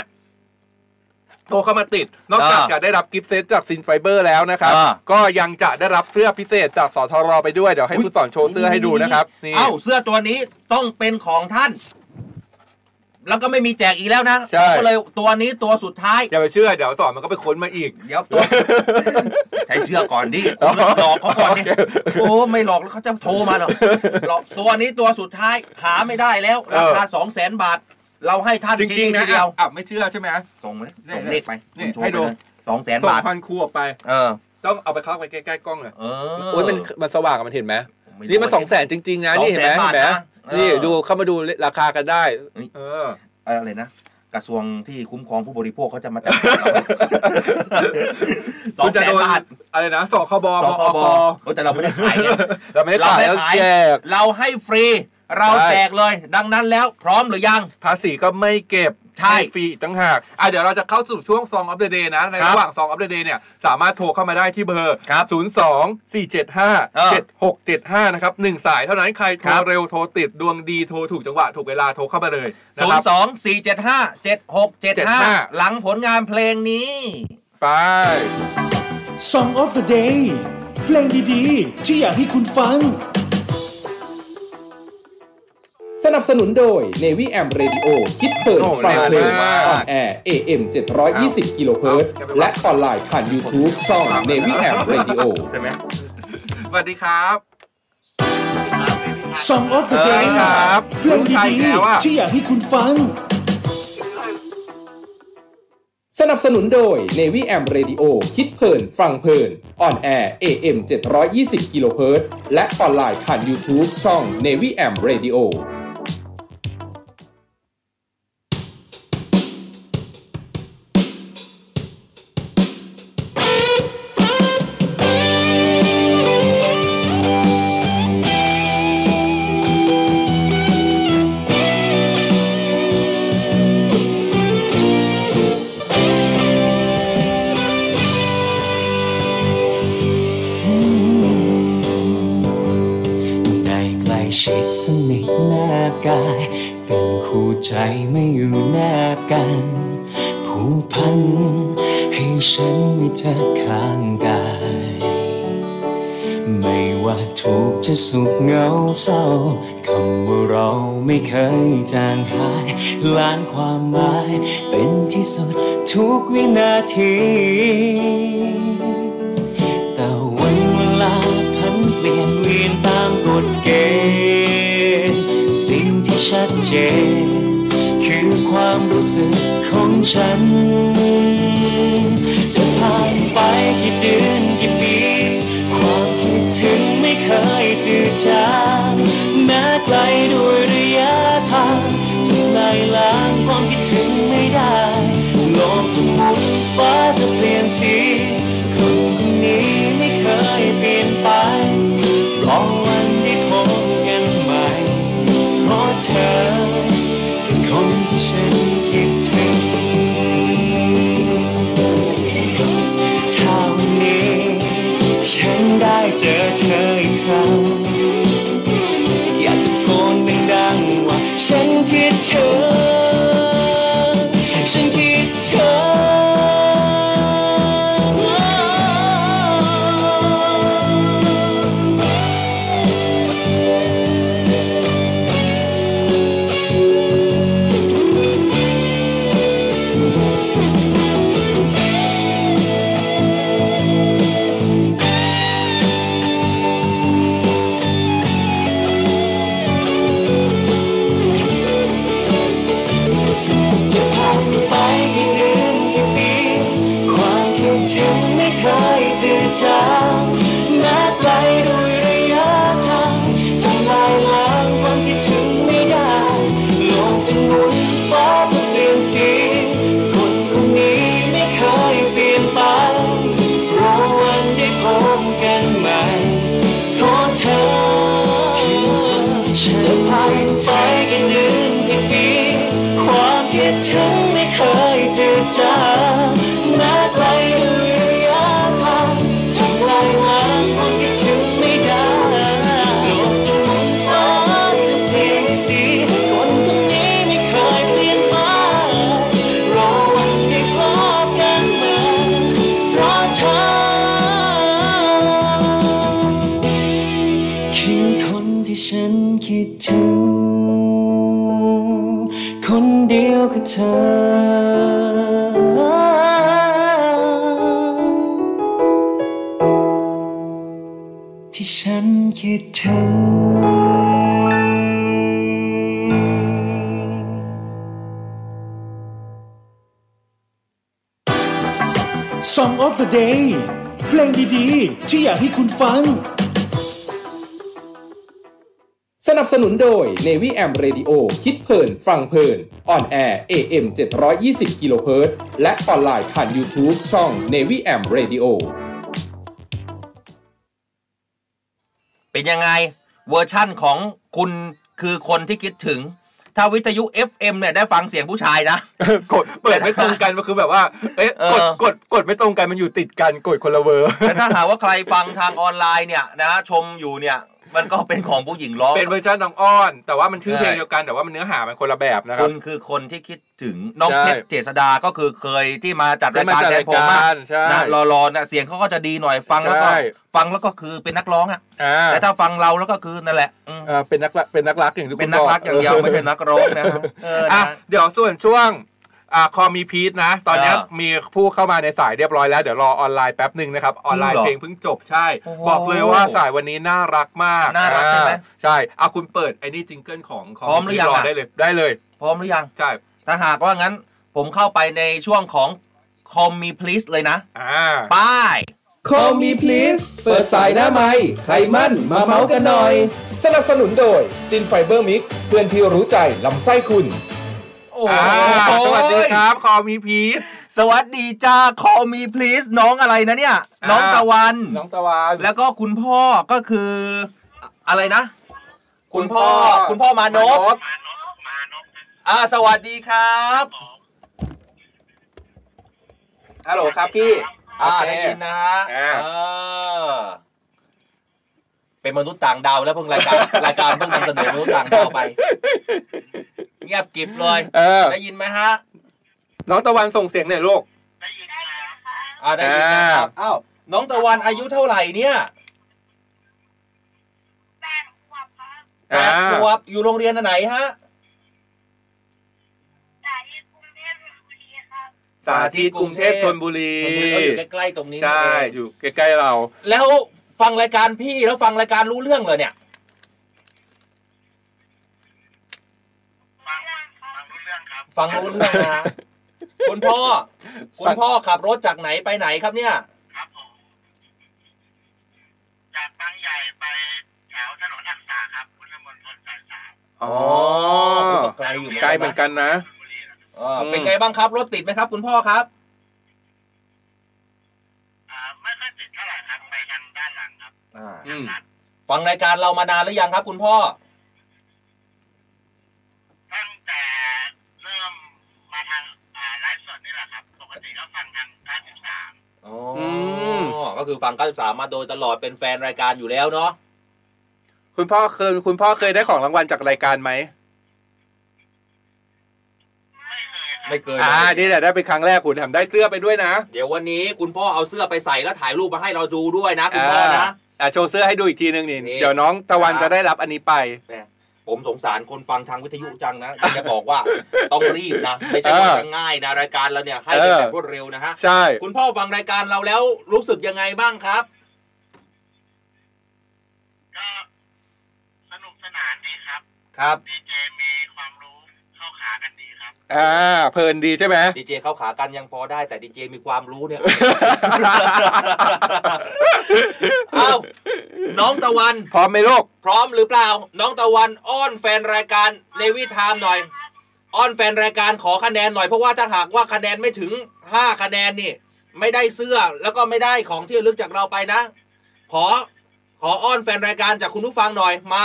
S11: โทรเข้ามาติด นอกจาก
S12: เออ
S11: จะได้รับกิฟต์เซตจากซินไฟเบอร์แล้วนะครับ
S12: เออ
S11: ก็ยังจะได้รับเสื้อพิเศษจากสทรไปด้วย เดี๋ยวให้คุณต่อนโชว์เสื้อให้ดูนะครับนี่
S12: เอ้าเสื้อตัวนี้ต้องเป็นของท่าน แล้วก็ไม่มีแจกอีกแล้วนะ
S11: ใช่
S12: ผมก็เลยตัวนี้ตัวสุดท้าย
S11: อย่าไปเชื่อเดี๋ยวสอนมันก็ไปค้นมาอีก
S12: เดี๋ยวตัว
S11: (laughs)
S12: ใช้เชื่อก่อนดิคุณก็หลอกเขาก่อนดิโอ้ไม่หลอกแล้วเขาจะโทรมาหรอกหลอกตัวนี้ตัวสุดท้ายหาไม่ได้แล้ว
S11: เออ
S12: ราคาสองแสนบาท เราให้ท่าน
S11: จ
S12: ที่
S11: ริง
S12: นี่
S11: ๆนะ
S12: ทีเดียว
S11: อ่ะไม่เชื่อใช่ไหม
S12: ส่งมาเลยส่งเลขไป
S11: นี่
S12: คุณโชว์
S11: ให้ดู
S12: ไปเลยสองแสน
S11: ส่ง
S12: บาท
S11: พันครูออกไป
S12: เออ
S11: ต้องเอาไปเข้าไปใกล้ๆกล้องเลย
S12: เออ
S11: โอ้ยมันมันสว่างอะมันเห็นไหม
S12: ไม่รู้
S11: นี่มัน
S12: ว่า
S11: สองแสนจริง ๆ นะนี่เห็นไหม
S12: 200,000
S11: เห็นไหม
S12: บาทนะเออ
S11: นี่ดูเข้ามาดูราคากันได้ เออ
S12: อะไรนะ กระทรวงที่คุ้มครองผู้บริโภคเขาจะมาจัด (laughs) การเรา สอ
S11: คุ
S12: ง
S11: ณจะ
S12: แสน
S11: โดน
S12: บาท
S11: อะไรนะสคบ
S12: สค
S11: ป
S12: บเออแต่เราไม่ได้
S11: (laughs)
S12: ขายเนี่ย
S11: เราไม่ได้ขายเราแจก
S12: เราให้ฟรี เรา
S11: ใช่
S12: แจกเลย ดังนั้นแล้วพร้อมหรือยัง
S11: ภาษีก็ไม่เก็บ
S12: ใช่
S11: ห้ฟรีอีกตั้งหากอ่ะเดี๋ยวเราจะเข้าสู่ช่วงซองอัปเดตนะ ในระหว่างซองอัปเดตเนี่ย สามารถโทรเข้ามาได้ที่เบอร์ 0 2 4 7
S12: เออ
S11: 5 7 6 7 5 นะครับหนึ่งสายเท่านั้นใครโท
S12: ครั
S11: ร
S12: บ
S11: เร็วโทรติดดวงดีโทรถูกจังหวะ ถูกเวลาโทรเข้ามาเลยนะ
S12: 0
S11: ครับ
S12: 2 4 7 5 7 6 7 5
S11: 75
S12: หลังผลงานเพลงนี้
S11: ไป
S16: Song of the Day เพลงดีๆ ที่อยากให้คุณฟัง
S17: สนับสนุนโดย Navy AM Radio คิดเพลิน
S11: โอ้โห
S17: ฟังเพล
S11: เร็
S17: ง
S11: วมาก
S17: ออนแอร์ AM 720 กิโลเฮิรตซ์และออนไลน์ผ่าน YouTube ช่อง Navy AM Radio
S11: ใช่ไหมสวัสดีครับ
S16: Song of the Day
S11: เออครับ
S16: เพลง
S11: ใช่
S16: ดี
S11: แล้วอะ
S16: ๆ ที่อยากให้คุณฟัง
S17: สนับสนุนโดย Navy AM Radio คิดเพลินฟังเพลินออนแอร์ AM 720 กิโลเฮิรตซ์และออนไลน์ผ่าน YouTube ช่อง Navy AM Radio
S20: ได้ใกล้ชิดสนิทแนบกาย เป็นคู่ใจไม่อยู่แนบกัน ผูกพัน ให้ฉันมีเธอข้างกาย ไม่ว่าทุกข์จะสุขเหงาเศร้า คำว่าเราไม่เคยจางหายล้านความหมาย เป็นที่สุดทุกวินาที แต่วันเวลาพันเปลี่ยนเวียนตามกฎเกณฑ์สิ่งที่ชัดเจน คือความรู้สึกของฉัน จะผ่านไปกี่เดือนกี่ปี ความคิดถึงไม่เคยจืดจางแม้ไกลด้วยระยะทางทำลายล้างความคิดถึงไม่ได้ โลกจะหมุนฟ้าจะเปลี่ยนสี คนคนนี้ไม่เคยเปลี่ยนไป รอวันได้พบกันใหม่ เพราะเธอเป็นคนที่ฉันคิดถึง ถ้าวันนี้ฉันได้เจอเธออีกครั้ง อยากตะโกนดังๆว่าฉันคิดถึงฉันคิดถึง
S21: เ
S22: เดียวคือเธอ ที่ฉันคิดถึง
S12: Song of the Day เพลงดีๆ ที่อยากให้คุณฟัง
S23: สนับสนุนโดย Navy AM Radio คิดเพลิน ฟังเพลิน ออนแอร์ AM 720กิโลเฮิรตซ์และออนไลน์ผ่าน YouTube ช่อง Navy AM Radio
S10: เป็นยังไงเวอร์ชั่นของคุณคือคนที่คิดถึง ถ้าวิทยุ FM เนี่ยได้ฟังเสียงผู้ชายนะ (laughs)
S11: กดเปิดไม่ตรงกันมันคือแบบว่า เอ๊ะกดกดกดไม่ตรงกันมันอยู่ติดกันกดคนละเวอร์
S10: แต่ถ้าหากว่าใครฟังทางออนไลน์เนี่ยนะฮะชมอยู่เนี่ย มันก็เป็นของผู้หญิงร้อง
S11: เป็นเวอร์ชันน้องอ้อน แต่ว่ามันชื่อเพลงเดียวกันแต่ว่ามันเนื้อหามันคนละแบบนะครั
S10: คุ
S11: บ
S10: ณคือคนที่คิดถึงน้อง
S11: ใช่
S10: เพชรเจษดาก็คือเคยที่มาจัดรายการ
S11: ได้มาจัด
S10: แทนผม
S11: ราย
S10: อะ
S11: การใช่
S10: นะรอรอๆนะเสียงเขาก็จะดีหน่อยฟังแล้วก็
S11: ใช่
S10: ฟังแล้วก็คือเป็นนักร้องอ่ะ
S11: อ่า
S10: แต่ถ้าฟังเราแล้วก็คือนั่นแหละอืม
S11: เอ่อเป็นนักรักเป็นนักรักอย่างที่
S10: เป็นนักรักอย่างเดียวไม่ใช่นักร้องนะฮะเออ
S11: อ่ะ
S10: นะ
S11: เดี๋ยวส่วนช่วงอ่าคอมีพีทนะ ตอนเนี้ย
S10: อ่ามี
S11: มีผู้เข้ามาในสายเรียบร้อยแล้ว เดี๋ยวรอออนไลน์แป๊บหนึ่งนะครับ ออนไลน์
S10: จริงเหรอ
S11: เพลงเพิ่งจบใช่ บอกเลยว่าสายวันนี้น่ารักมาก
S10: น่ารักใช่ไหม
S11: อ่าใช่เอาคุณเปิดไอ้นี่จิงเกิลของ Call Me
S10: พร้อมหรือยัง
S11: Please ได้เลยได้เลย
S10: พร้อมหรือยัง
S11: ใช่
S10: ถ้าหากว่างั้น ผมเข้าไปในช่วงของคอมมีพลีสเลยนะไป้าย
S23: Call me please เปิดสายหน้าไม้ใครมั่นมาเมาส์กันหน่อย สนับสนุนโดยซินไฟเบอร์มิกเพื่อนที่รู้ใจลำไส้คุณ
S10: โอ้โห
S11: อ่าสวัสดีครับคอมีพีท
S10: สวัสดีจ้าคอมีพลีสน้องอะไรนะเนี่ย
S11: อ่า
S10: น้องตะวัน
S11: น้องตะวัน
S10: แล้วก็คุณพ่อก็คืออะไรนะ คุณพ่อ คุณพ่อมานพ
S11: พ
S10: อ่าสวัสดีครับ
S11: ฮัลโหลครับพี่
S10: อ่า
S11: โเค
S10: ได้ยินนะฮะ
S11: อ่า
S10: เออเป็นมนุษย์ต่างดาวแล้วเพิ่งรายการ (laughs) รายการเพิ่งนำเสนอมนุษย์ต่างดาวไป เงียบกริบ
S11: (laughs)
S10: เลย
S11: เออ
S10: ได้ยินไหมฮะ
S11: น้องตะวันส่งเสียงหน่อยลูก
S10: อ่าได้ยินนะครับอ้าวน้องตะวันอายุเท่าไหร่เนี่ยแปดขวบอยู่โรงเรียนอันไหนฮะ
S11: สาธิตกรุงเทพธนบุรี
S10: ธนบุรีก็อยู่ใกล้ๆตรงนี้
S11: ใช่
S10: นี่เอง
S11: อยู่ใกล้ๆเรา
S10: แล้วฟังรายการพี่แล้วฟังรายการรู้เรื่องเหรอเนี่ย ฟังรู้เรื่องนะคุณ
S11: (laughs)
S10: พ่อ คุณพ่อขับรถจากไหนไปไหนครับเนี่ย
S11: อ๋อ
S10: ไกลอยู่
S11: ใกล้เหมือนกันนะ
S10: เออเป็นไงบ้างครับ รถติดไหมครับ คุณพ่อครับ อ่า
S11: อืม
S10: ฟังรายการเรามานานหรือยังครับ คุณพ่อ อ๋ออก็คือฟัง 93 มาโดยตลอดเป็นแฟนรายการอยู่แล้วเนาะ
S11: คุณพ่อเคยคุณพ่อเคยได้ของรางวัลจากรายการไหม
S10: ไม่เคย
S11: อ่า
S10: เลย
S11: นี่แหละได้เป็นครั้งแรกคุณแถมได้เสื้อไปด้วยนะ
S10: เดี๋ยววันนี้คุณพ่อเอาเสื้อไปใส่แล้วถ่ายรูปมาให้เราดูด้วยนะ คุณพ่อนะ
S11: อ่าโชว์เสื้อให้ดูอีกทีนึงนี่
S10: นี่
S11: เดี๋ยวน้องตะวันจะได้รับอันนี้ไป
S10: แม่ผมสงสารคนฟังทางวิทยุจังนะอยากจะบอกว่า ต้องรีบนะ ไม่ใช่ว่าจะง่ายนะ รายการเราเนี่ยให้เป็นแบบรวดเร็วนะฮะ
S11: ใช่
S10: คุณพ่อฟังรายการเราแล้วรู้สึกยังไงบ้างครับ ครับ
S11: อ่าเพลินดีใช่ไหม
S10: ดีเจเข้าขากันยังพอได้แต่ดีเจมีความรู้เนี่ย (laughs) เอ้าน้องตะวัน
S11: พร้อมไหมลูก
S10: พร้อมหรือเปล่า น้องตะวันอ้อนแฟนรายการในวิทามหน่อย อ้อนแฟนรายการขอคะแนนหน่อยเพราะว่าถ้าหากว่าคะแนนไม่ถึง 5 คะแนนนี่ ไม่ได้เสื้อแล้วก็ไม่ได้ของที่ระลึกจากเราไปนะ ขอขออ้อนแฟนรายการจากคุณผู้ฟังหน่อยมา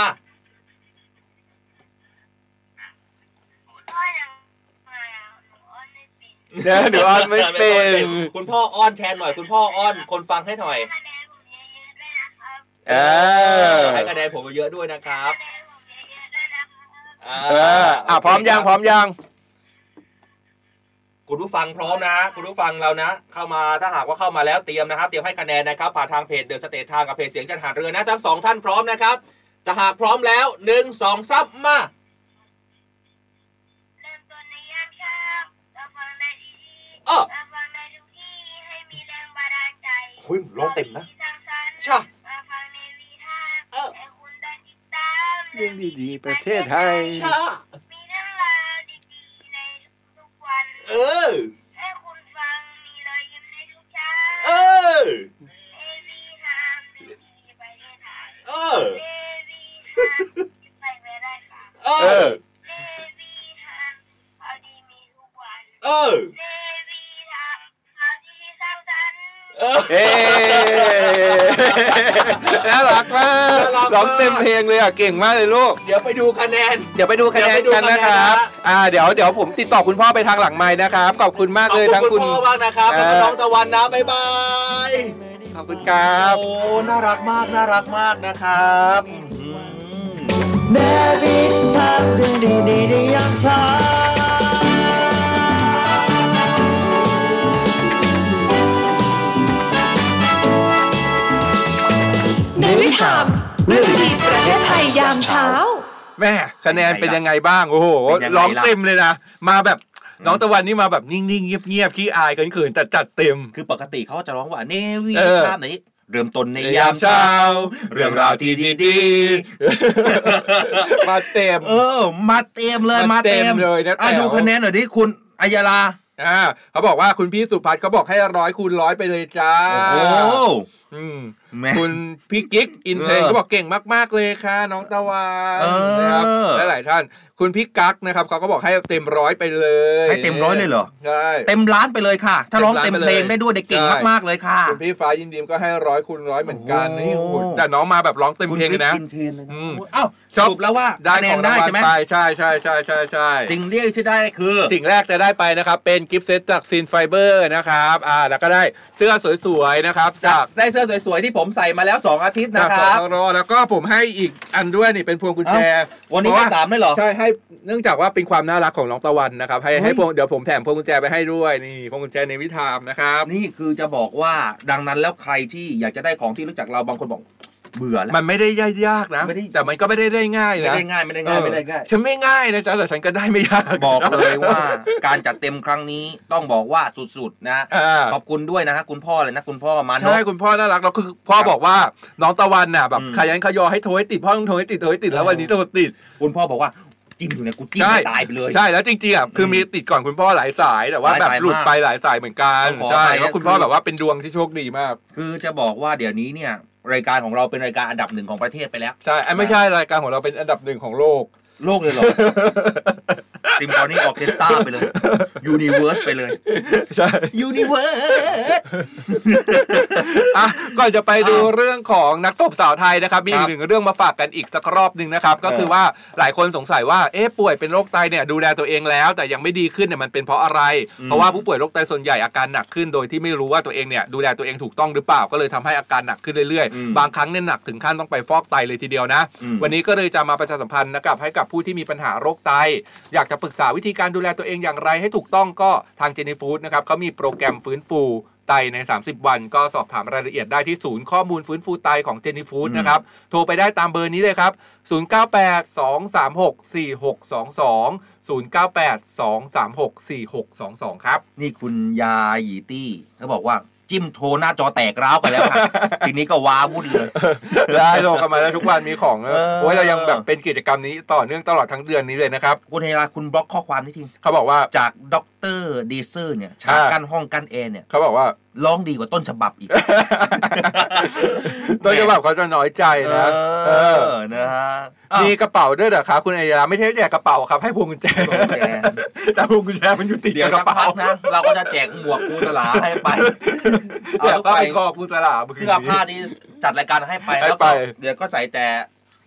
S11: (laughs) เดี๋ยวหนูอ้อนไม่เป็น
S10: คุณพ่ออ้อนแทนหน่อย คุณพ่ออ้อนคนฟังให้หน่อย
S11: เออ
S10: ให้คะแนนผมเยอะๆด้วยนะครับ
S11: เอออ่ะพร้อมยังพร้อมยัง
S10: คุณผู้ฟังพร้อมนะ คุณผู้ฟังเรานะ เข้ามาถ้าหากว่าเข้ามาแล้วเตรียมนะครับ เตรียมให้คะแนนนะครับผ่านทางเพจเดอะสเตททางกับเพจเสียงจันหาดเรือนะทั้งสองท่านพร้อมนะครับถ้าหากพร้อมแล้วหนึ่งสองสามมา
S3: หุ้ยร้องเต็มนะใช่
S24: เรื่องดีๆ ประเทศไทย
S3: ใช่เออเออเออเออเออ
S11: เอ้น่ารักมากร้องเต็มเพลงเลยอ่ะ เก่งมากเลยลูก
S3: เดี๋ยวไปดูคะแนน
S11: เดี๋ยวไปดูคะแนนกันนะครับ อ่า เดี๋ยวเดี๋ยวผมติดต่อคุณพ่อไปทางหลังไม้นะครับ ขอบคุณมาก
S3: ขอบ
S11: เลย
S3: คุณ
S11: ทั้ง
S3: คุ
S11: คุณ ณ
S3: พ่อมากนะครับแล้วก็น้องตะวันนะบ๊ายบาย
S11: ขอบคุณครับ
S3: โอ้ น่ารักมาก น่ารักมากนะครับ
S25: เนวิทามเรื่องดีๆในยามเช้า
S26: ในวิชามเรื่องดีๆประเทศไทยยามเช้า
S11: แม่คะแนนเป็นยังไงบ้าง โอ้โห
S12: เป็นยังไงล่ะ
S11: ร้องเต็มเลยนะ มาแบบน้องตะวันนี่มาแบบนิ่งๆเงียบๆขี้อายเขินๆแต่จัดเต็ม (laughs)
S12: คือปกติเขาจะร้องว่าเนวี
S11: เออ
S12: ข้ามไหนเริ่มต้นในยามเช้า เรื่องราวที่ดี
S11: ๆมาเต็ม
S12: เออ มาเต็มเลย มาเต็
S11: มา
S12: ม
S11: เต็มเลยนะ
S12: อ่ะ
S11: แต๋ว
S12: ดูคะแนนหน่อยดิคุณอัยยาลา
S11: อ่าเขาบอกว่าคุณพี่สุพัฒน์เขาบอกให้ร้อยคูณร้อยไปเลยจ้า
S12: โอ้โห
S11: อืม
S12: แม่
S11: คุณพี่กิ๊กอินเทน
S12: เออ
S11: เขาบอกเก่งมาก ๆ เลยค่ะ น้องตะวัน
S12: เออ
S11: นะครับและหลายท่าน คุณพี่กั๊กนะครับเขาก็บอกให้เต็มร้อยไปเลย
S12: ให้เต็มร้อยเลยเหรอ
S11: ใช่
S12: เต็มล้านไปเลยค่ะ ถ้าร้องเต็มเพลงได้ด้วยเด็กเก่ง
S11: ใช่
S12: มากๆเลยค่ะ
S11: คุณพี่ฟ้ายินดีมก็ให้ร้อยคูณร้อยเหมือนกันนี่โอ้โหแต่น้องมาแบบร้องเต็มเพลงเลยนะอืม
S12: อ้าวสรุปแล้วว่า
S11: ได้
S12: คะแน
S11: ข
S12: น
S11: อง
S12: ได้
S11: รางวัล
S12: ใช่ไหม
S11: ปใช่ใช่ใช่ใช่ใช่
S12: สิ่งเรียกที่ได้คือ
S11: สิ่งแรกจะได้ไปนะครับ เป็นกิฟต์เซตจากซินไฟเบอร์นะครับอ่าแล้วก็ได้เสื้อสวยๆนะครับจาก
S12: ได้เสื้อสวยๆที่ผมใส่มาแล้ว 2 อาทิตย์นะ
S11: จาก
S12: ค
S11: ส
S12: รับ
S11: ตรแล้วก็ผมให้อีกอันด้วยนี่เป็นพวงกุญแจ
S12: เอ้าวันนี้
S11: พะ
S12: ได้สามด้วยเหรอ
S11: ใช่ให้เนื่องจากว่าเป็นความน่ารักของน้องตะวันนะครับให้
S12: เฮ้ย
S11: ให้พวงเดี๋ยวผมแถมพวงกุญแจไปให้ด้วยนี่พวงกุญแจในวิธามนะครับ
S12: นี่คือจะบอกว่าดังนั้นแล้วใครที่อยากจะได้ของที่รู้จักเราบางคนบอก เบื่อแล้ว
S11: มันไม่ได้ยากนะแต่มันก็ไม่ได้ได้ง่ายนะ
S12: ไม่ได้ง่ายไม่ได้ง่าย
S11: เออ
S12: ไม่ได้ง่าย
S11: ฉันไม่ง่ายนะจ๊ะแต่ฉันก็ได้ไม่ยาก
S12: บอกเลยว่าการจัดเต็มครั้งนี้ต้องบอกว่าสุดๆนะ
S11: อ่า
S12: ขอบคุณด้วยนะฮะคุณพ่อเลยนะคุณพ่อมานพ
S11: ใช่คุณพ่อน่ารักแล้วคือพ่อบอกว่าน้องตะวันน่ะแบบ
S12: อืม
S11: ขยันขยอให้โทรให้ติดพ่อต้องโทรให้ติดโทรให้ติดแล้ววันนี้โทรติด
S12: คุณพ่อบอกว่าจิ้มอยู่เนี่ยกูจิ้ม
S11: ใช่
S12: ให้ตายไปเลย
S11: ใช่แล้วจริงๆอ่ะคือมีติดก่อนคุณพ่อหลายสายแต่ว่า
S12: ห
S11: แบ
S12: ลา
S11: บ
S12: ยสาย
S11: หลุด
S12: มาก
S11: ไปหลายสายเหมือนกัน
S12: ต้องขอ
S11: ใช่
S12: อภัย
S11: แล้ว
S12: นะ
S11: คุณพ่อ
S12: คือ
S11: แบบว่าเป็นดวงที่โชคดีมาก
S12: คือจะบอกว่าเดี๋ยวนี้เนี่ย รายการของเราเป็นรายการอันดับหนึ่งของประเทศไปแล้ว
S11: ใช่ไอ้ไม่ใช่รายการของเราเป็นอันดับหนึ่งของโลก (laughs)
S12: โลกเลยเหรอ ซิมโฟนีออเคสตรา
S11: (laughs)
S12: ไปเลยยูนิเวิร์สไปเลย
S11: ใช่
S12: ยูนิเวิร์ส
S11: อ่ะก่อนจะไปดูเรื่องของนักตบสาวไทยนะครับมีอีกหนึ่งเรื่องมาฝากกันอีกสักรอบหนึ่งนะครับก็คือว่าหลายคนสงสัยว่าเอ๊ะป่วยเป็นโรคไตเนี่ยดูแลตัวเองแล้ว แต่ยังไม่ดีขึ้นเนี่ยมันเป็นเพราะอะไร
S12: อืม
S11: เพราะว่าผู้ป่วยโรคไตส่วนใหญ่อาการหนักขึ้นโดยที่ไม่รู้ว่าตัวเองเนี่ยดูแลตัวเองถูกต้องหรือเปล่าก็เลยทำให้อาการหนักขึ้นเรื่อยๆ บางครั้งเนี่ยหนักถึงขั้นต้องไปฟอกไตเลยทีเดียวนะ
S12: อืม
S11: วันนี้ก็เลยจะมาประชาสัมพันธ์นะครับให้กับผู้ที่มีปัญหาโรคไต อยากจะปรึกษาวิธีการดูแลตัวเองอย่างไรให้ถูกต้องก็ทางเจนีฟูดนะครับเขามีโปรแกรมฟื้นฟูไตใน 30 วัน ก็สอบถามรายละเอียดได้ที่ศูนย์ข้อมูลฟื้นฟูไตของเจนีฟูดนะครับ โทรไปได้ตามเบอร์นี้เลยครับ 0982364622 0982364622 (laughs) ครับ
S12: นี่คุณยาหยีตี้เขาบอกว่าจิ้มโทรหน้าจอแตกร้าวกันแล้ว (laughs) ค่ะ ทีนี้ก็ว้าวุ่นเลย
S11: ได้โทรกันมาแล้วทุกวันมีของนะโอ้ยเรายังแบบเป็นกิจกรรมนี้ต่อเนื่องตลอดทั้งเดือนนี้เลยนะครับ
S12: คุณเฮราคุณบล็อกข้อความนี่ทิ้ง
S11: เขาบอกว่า
S12: จากด็อกเตอร์ดีเซอร์เนี่ยฉากกั้นห้องกั้นแอร์เนี่ย
S11: เขา (laughs) บอกว่า
S12: ร้องดีกว่าต้นฉบับอีก
S11: ต้นฉบับเขาจะน้อยใจนะ
S12: เออ
S11: เออ
S12: นะฮะ
S11: มีกระเป๋าด้วยเหรอครับคุณอายาไม่ใช่แจกกระเป๋าครับให้พวงกุญแจแต่พวงกุญแจมันอยู่ติด
S12: เดี๋ยว
S11: ก
S12: สั
S11: ระ
S12: ก
S11: เป๋า
S12: พักนะเราก็จะแจกหมวกกูสลาให้ (laughs) ไป
S11: แจก
S12: เอา
S11: ผ้า
S12: ไป
S11: ไปคอกุสลา
S12: เสื้อผ้าที่จัดรายการให้ไป
S11: ให้
S12: แล้ว
S11: ไป
S12: ก็เดี๋ยวก็ใส่แต่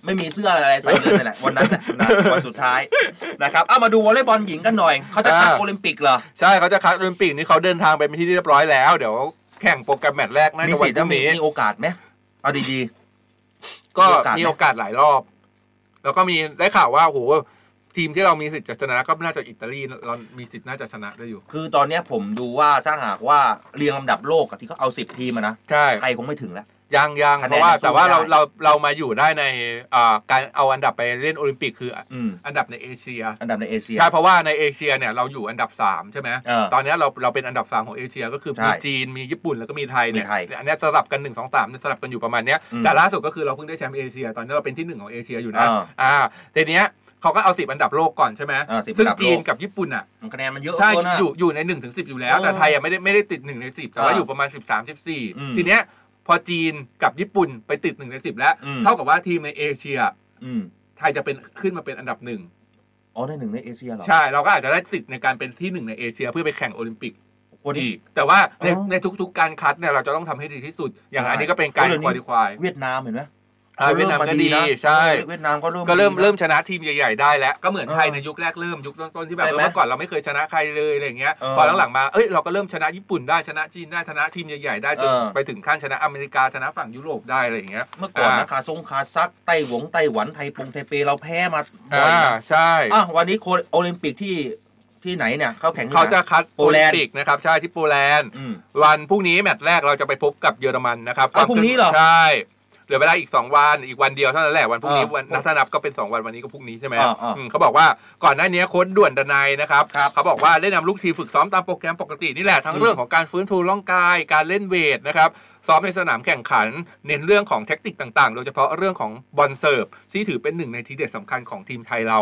S12: ไม่มีเสื้ออะไรใส่เลยนั่นแหละวันนั้นแหละนะวันสุดท้ายนะครับเอามาดูวอลเลย์บอลหญิงกันหน่อยเขาจะคัด
S11: อ่า
S12: โอลิมปิกเหรอ
S11: ใช่เขาจะคัดโอลิมปิกนี่เขาเดินทางไปเป็นที่เรียบร้อยแล้วเดี๋ยวแข่งโปรแกรมแมตช์แรกน่า
S12: มี
S11: จะวั
S12: สิ
S11: น
S12: ทธิ์
S11: พรุ่ง
S12: นะมี
S11: นี้
S12: มีโอกาสไหมเอาดี
S11: ก็
S12: มี
S11: มี
S12: โอกาส
S11: โอกาส
S12: ไหม
S11: หลายรอบ แล้วก็มีได้ข่าวว่าโหทีมที่เรามีสิทธิ์จะชนะก็น่าจะอิตาลีเรามีสิทธิ์น่าจะชนะได้อยู่
S12: ๆ คือตอนเนี้ยผมดูว่าถ้าหากว่าเรียงลำดับโลกอะที่เขาเอาสิบทีมอะนะ
S11: ใช่
S12: ไทยคงไม่ถึงแล้ว
S11: ยังยัง
S12: คะ
S11: เพ
S12: แนน
S11: ราะว่า
S12: ยังสู้
S11: แต่ว่า
S12: ไม่ได้
S11: เราเราเรามาอยู่ได้ในอ่าการเอาอันดับไปเล่นโอลิมปิกคืออ
S12: ม
S11: อันดับในเอเชีย
S12: อันดับในเอเชีย
S11: ใช่เพราะว่าในเอเชียเนี่ยเราอยู่อันดับ 3 ใช่ไหม
S12: เออ
S11: ตอนเนี้ยเราเราเป็นอันดับ 3 ของเอเชียก็คือ
S12: ใช่
S11: มีจีนมีญี่ปุ่นแล้วก็มีไทยเนี่ย
S12: มีไทย
S11: เนี่ยอันเนี้ยสลับกัน1 2 3เนี่ยสลับกันอยู่ประมาณเนี้ย
S12: อืม
S11: แต่ล่าสุดก็คือเราเพิ่งได้แชมป์เอเชีย ตอนนี้เราเป็นที่ 1 ของเอเชียอยู่นะ
S12: เออ
S11: อ่าทีเนี้ยเขาก็เอาสิบอันดับโลกก่อนใช่ไหม
S12: เออ10
S11: ซึ่ง
S12: อันดับโลก
S11: จีนกับญี่ปุ่นอ่ะ
S12: คะแนนมันเยอะ
S11: ใช่
S12: เกินอะ
S11: อยู่ อยู่ใน1นถึงสิอยู่แล้ว
S12: เออ
S11: แต่ไทยอ่ะไม่ได้ ไม่ได้ติด1ใน10 แต่ว่า
S12: อ่า
S11: อยู่ประมาณ 13
S12: อืม
S11: 14 ทีเนี้ย พอจีนกับญี่ปุ่นไปติด1ใน10 แล้ว
S12: อืม
S11: เท่ากับว่าทีมในเอเชีย
S12: อืม
S11: ไทยจะเป็น ขึ้นมาเป็นอันดับหนึ่ง
S12: อ๋อได้หนึ่งในเอเชียเหรอ
S11: ใช่ เราก็อาจจะได้สิทธิ์ในการเป็นที่หนึ่งในเอเชียเพื่อไปแข่งโอลิมปิก
S12: โคตรดี
S11: อีก แต่ว่าใน
S12: อ๋อ
S11: ในทุกๆการคัดเนี่ยเราจะต้องทำให้ดีที่สุด อย่าง
S12: ใช่
S11: อันนี้ก็เป็นการ
S12: เดี๋ยว
S11: ค
S12: นี้
S11: วอลิควาย
S12: เวียดนามเห็นไหม
S11: เวียดนามก็ดี
S12: นะ
S11: ใช่
S12: เวียดนามก็เริ่ม
S11: ก็เริ่ม
S12: ดีนะ
S11: เริ่มชนะทีมใหญ่ๆได้แล้ว ก็เหมือนไทย
S12: เออ
S11: ในยุคแรกเริ่มยุคต้นๆที่แบบ
S12: ใช่
S11: เอ
S12: ไหม
S11: อเมื่อก่อนเราไม่เคยชนะใครเลยอะไรอย่างเงี้ย
S12: เออ
S11: พอหลังๆมาเอ้ยเราก็เริ่มชนะญี่ปุ่นได้ชนะจีนได้ชนะทีมใหญ่ๆได้จน
S12: เออ
S11: ไปถึงขั้นชนะอเมริกาชนะฝั่งยุโรปได้อะไรอย่างเงี้ย
S12: เมื่อก่อนนะคาซงคาซักไต้หวงไต้หวันไทยปงไทเปเราแพ้มาบ่
S11: อ่า
S12: อย
S11: อ่า
S12: นะ
S11: ใช่
S12: อ่ะวันนี้โคโอลิมปิกที่ที่ไหนเนี่ยเขาแข่งที่
S11: เขา
S12: ไหน
S11: จะคัด
S12: โปแลนด์
S11: โอปิกนะครับใช่ที่โปแลนด์
S12: อืม
S11: วันพรุ่งนี้แมตช์แรกเราจะไปพบกับเยอรมันนะครับ
S12: อ้าวพรุ่งนี้เหรอ
S11: ใช่เหลือเวลาอีก 2 วันอีกวันเดียวเท่านั้นแหละวันพรุ่งนี้
S12: เออ
S11: วันนัทนับก็เป็น 2 วันวันนี้ก็พรุ่งนี้ใช่ไหม
S12: อ่าอ่า
S11: อืมเขาบอกว่าก่อนหน้านี้โค้ชด่วนดนายนะครับเขาบอกว่าได้นำลูกทีมฝึกซ้อมตามโปรแกรมปกตินี่แหละทั้งเรื่องของการฟื้นฟูร่างกาย การเล่นเวทนะครับซ้อมในสนามแข่งขัน เน้นเรื่องของเทคนิคต่างๆ โดยเฉพาะเรื่องของบอลเสิร์ฟที่ถือเป็นหนึ่งในทีเด็ดสำคัญของทีมไทยเรา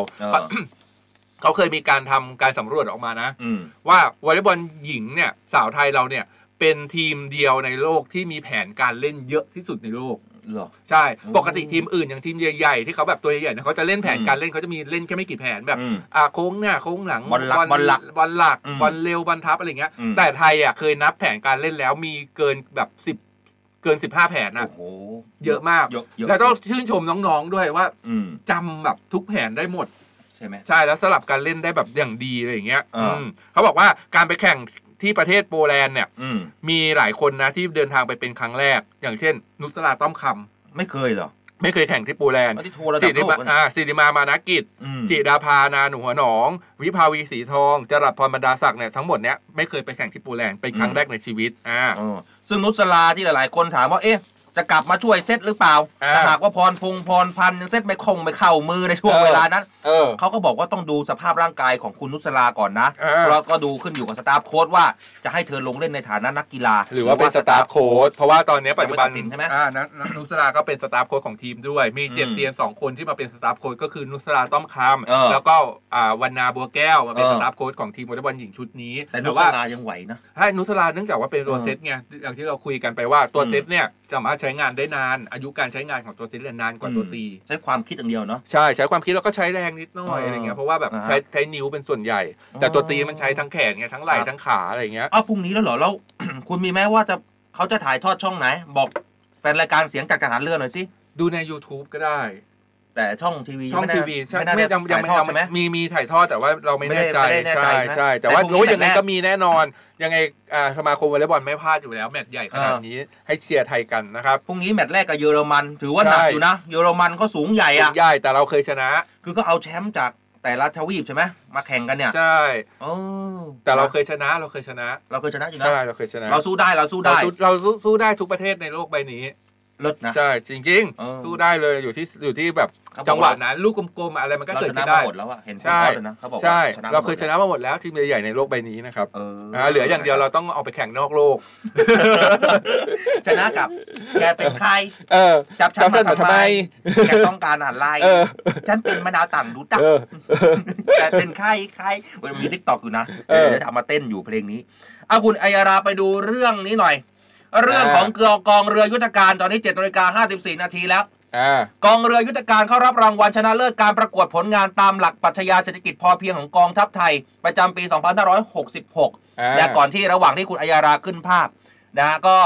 S11: เขา (coughs) เคยมีการทำการสำรวจออกมานะ
S12: อืม
S11: ว่าวอลเลย์บอลหญิงเนี่ยสาวไทยเราเนี่ยเป็นทีมเดียวในโลกที่มีแผนการเล่นเยอะที่สุดในโลก
S12: เหรอ
S11: ใช่ ปกติทีมอื่นอย่างทีมใหญ่ๆ ที่เขาแบบตัวใหญ่ๆเนี่ยเขาจะเล่นแผนการเล่นเขาจะมีเล่นแค่ไม่กี่แผนแบบอ่าโค้งหน้าโค้งหลัง
S12: บอลหลักบอลหลัก
S11: บอลหลัก
S12: อืม
S11: บอลเร็วบอลทับอะไรเงี้ย
S12: อืม
S11: แต่ไทยอ่ะเคยนับแผนการเล่นแล้วมีเกินแบบสิบเกินสิบห้าแผนนะเยอะมาก
S12: เยอะ
S11: แล้วต้องชื่นชมน้องๆด้วยว่า
S12: อืม
S11: จำแบบทุกแผนได้หมด
S12: ใช่ไหม
S11: ใช่ แล้วสลับการเล่นได้แบบอย่างดีอะไรอย่างเงี้ย
S12: เอออื
S11: มเขาบอกว่าการไปแข่งที่ประเทศโปแลนด์เนี่ย
S12: อืม
S11: มีหลายคนนะที่เดินทางไปเป็นครั้งแรก อย่างเช่น นุสราต้อมคำ
S12: ไม่เคยเหรอ
S11: ไม่เคยแข่งที่โปแลนด์
S12: อ๋อที่ทัวร์ระดับ
S11: สิริมา
S12: โลกอะนะ
S11: อ่าสิริมามานากิจ
S12: อืม
S11: จิดาภานาหนูหัวหนอง วิภาวีสีทอง จรัสพรบรรดาศักดิ์เนี่ยทั้งหมดเนี่ยไม่เคยไปแข่งที่โปแลนด์เป็นครั้งแรกในชีวิตอ่า
S12: ซึ่งนุสลาที่หลาย ๆ คนถามว่าเอ๊ะ จะกลับมาช่วยเซตหรือเปล่า
S11: อ่า
S12: ถ้าหากว่าพรพงษ์พรพันธ์ยังเซตไม่คงไม่เข้ามือในช่วง
S11: เออ
S12: เวลานั้น
S11: เออ
S12: เขาก็บอกว่าต้องดูสภาพร่างกายของคุณนุสลาก่อนนะ
S11: เออ
S12: แล้วก็ดูขึ้นอยู่กับสตาฟโค้ดว่าจะให้เธอลงเล่นในฐานะนักกีฬา
S11: หรือว่าเป็นสตาฟโค้ดเพราะว่าตอนเนี้ยปัจจุบัน
S12: ยังไม่ตัดสินใช่ไหม
S11: อ่านักนักนุสราก็เป็นสตาฟโค้ดของทีมด้วย มีเจฟ
S12: อืม
S11: เซียนสองคนที่มาเป็นสตาฟโค้ดก็คือนุสราต้อมค
S12: เออ
S11: ำแล้วก็อ่าวันนาบัวแก้วมาเป็น
S12: เออ
S11: สตาฟโค้ดของทีมวอลเลย์บอลหญิงชุดนี้
S12: แต่นุส
S11: ว่า
S12: ลายังไหวนะ
S11: ให้นุสราเนื่องจากว่าเป็นตัวเซตไงอย่างที่เราคุยกันไปว่าตัวเซตเนี่ยสามารถใช้งานได้นาน อายุการใช้งานของตัวเซตเนี่ยนานกว่าตัวตี
S12: ใช้ความคิดอย่างเดียวเนาะ
S11: ใช่ใช้ความคิดแล้วก็ใช้แรงนิดหน่อย
S12: เอออ
S11: อะไรเงี้ยเพราะว่าแบบ
S12: อ่าฮะ
S11: ใช้ใช้นิ้วเป็นส่วนใหญ่ แต่ตัวตีมันใช้ทั้งแขนไงทั้งไหล่ทั้งขาอะไรเงี้ย
S12: อ้าวพรุ่งนี้แล้วเหรอแล้ว (clears throat) คุณมีไหมว่าจะเขาจะถ่ายทอดช่องไหน บอกแฟนรายการเสียงจากทหารเรือหน่อยสิ
S11: ดูใน YouTube ก็ได้
S12: แต่ช่องทีวี
S11: ช่อง
S12: ไม่น่า
S11: ทีวีใช่
S12: ไม่
S11: ไม่
S12: น่าจะ
S11: ยังยังไม่
S12: ถ่ายทอ
S11: ยั
S12: ด
S11: ง
S12: ใช่ไหม
S11: มีมีถ่ายทอดแต่ว่าเราไม่
S12: ไม่ได้
S11: แน่ใจ
S12: ไม่ได้แน่ใจ
S11: ใช่
S12: ใช่ไหม
S11: ใช่แต่
S12: แต่
S11: ว่า
S12: พรุ่งนี้
S11: โอ้ยยังไง
S12: แน่ๆ
S11: ก็มีแน่นอน ยังไงอ่าสมาคมวอลเลย์บอลไม่พลาดอยู่แล้วแมตช์ใหญ่ขนาด
S12: เออ
S11: นี้ให้เชียร์ไทยกันนะครับ
S12: พรุ่งนี้แมตช์แรกกับเยอรมัน ถือว่าหนัก
S11: ใช่
S12: อยู่นะ เยอรมันก็สูงใหญ่อะ
S11: ใหญ่แต่เราเคยชนะ
S12: คือก็เอาแชมป์จากแต่ละทวีปใช่ไหมมาแข่งกันเนี่ย
S11: ใช่
S12: โอ้
S11: แต่เราเคยชนะเราเคยชนะ
S12: เราเคยชนะอยู่นะ
S11: ใช่เราเคยชนะ
S12: เราสู้ได้เราสู้ได้
S11: เราสู้เราสู้สู้ได้ทุกประเทศในโลกใบนี้
S12: ลดนะ
S11: ใช่จริงๆสู้ได้เลยอยู่ที่อยู่ที่แบบ
S12: เขาบอก
S11: จังหวะนั้นลูกกลมๆอะไรมันก็
S12: เรา
S11: เกิด
S12: ชนะ
S11: ขึ้นได้
S12: มาหมดแล้วอะเห็นโค้ช
S11: ใช่
S12: เขาเลยนะเขาบอกว่า
S11: ใช่
S12: ชนะมาหมดแล้ว
S11: เราเคยชนะมาหมดแล้วทีมใหญ่ๆในโลกใบนี้นะครับ
S12: า
S11: เหลืออย่างเดียวเราต้องเอาไปแข่งนอกโลก
S12: ชนะกับแกเป็นใคร
S11: เออ
S12: จับฉัน
S11: จับฉั
S12: มาน
S11: มา
S12: ทำ
S11: ทำไม
S12: ไมแกต้องการอะไร
S11: เออ
S12: ฉันเป็นมะนาวต่างรู้จัก
S11: เออ (laughs)
S12: (laughs) แต่เป็นใครใครเว้ยมีทิกตอกอยู่นะ
S11: เออ
S12: เดี๋ยวจะทำมาเต้นอยู่เพลงนี้เอาคุณไอยาราไปดูเรื่องนี้หน่อย เรื่องของเกลือกองเรือยุทธการตอนนี้7นาฬิกา54 นาทีแล้ว กองเรือยุทธการเข้ารับรางวัลชนะเลิศการประกวดผลงานตามหลักปรัชญาเศรษฐกิจพอเพียงของกองทัพไทย ประจำปี
S11: อ่า
S12: 2566 และก่อนที่ระหว่างที่คุณอัยาราขึ้นภาพนะฮะก็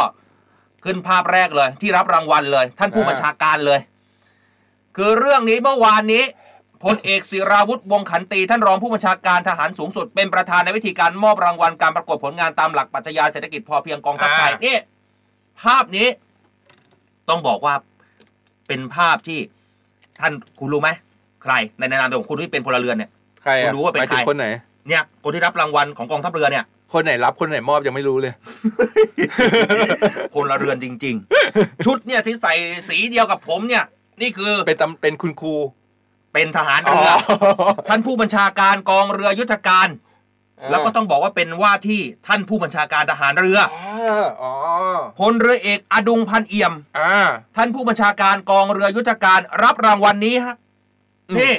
S12: ขึ้นภาพแรกเลย ที่รับรางวัลเลย ท่านผู้บัญชาการเลย คือเรื่องนี้เมื่อวานนี้พลเอกศิราวุฒิวงศ์ขันตี ท่านรองผู้บัญชาการทหารสูงสุด เป็นประธานในวิธีการมอบรางวัลการประกวดผลงานตามหลักปรัชญาเศรษฐกิจพอเพียงกองทัพไทย
S11: อ่านี่
S12: นี่ภาพนี้ ต้องบอกว่าเป็นภาพที่ท่านคุณรู้ไหมใคร ในนามของคุณที่เป็นพลเรือนเนี่ย
S11: ใคร
S12: คุ
S11: อะ
S12: ณรู้ว่าเป็น
S11: หมยถึง
S12: ใคร
S11: คนไหน
S12: เนี่ยคนที่รับรางวัลของกองทัพเรือเนี่ย
S11: คนไหนรับคนไหนมอบยังไม่รู้
S12: (laughs)
S11: เลย
S12: พลเรือนจริง ๆ ชุดเนี่ยที่ใส่สีเดียวกับผมเนี่ย นี่คือ
S11: เป็นเป็นคุณครู
S12: เป็นทหารเรืออท่านผู้บัญชาการกองเรือยุทธการ แล้วก็ต้องบอกว่าเป็นว่าที่ท่านผู้บัญชาการทหารเรืออ
S11: อ๋อ
S12: พลเรือเอกอดุงพันเอี่ยม
S11: อ่า
S12: ท่านผู้บัญชาการกองเรือยุทธการรับรางวัลนี้ฮะนี่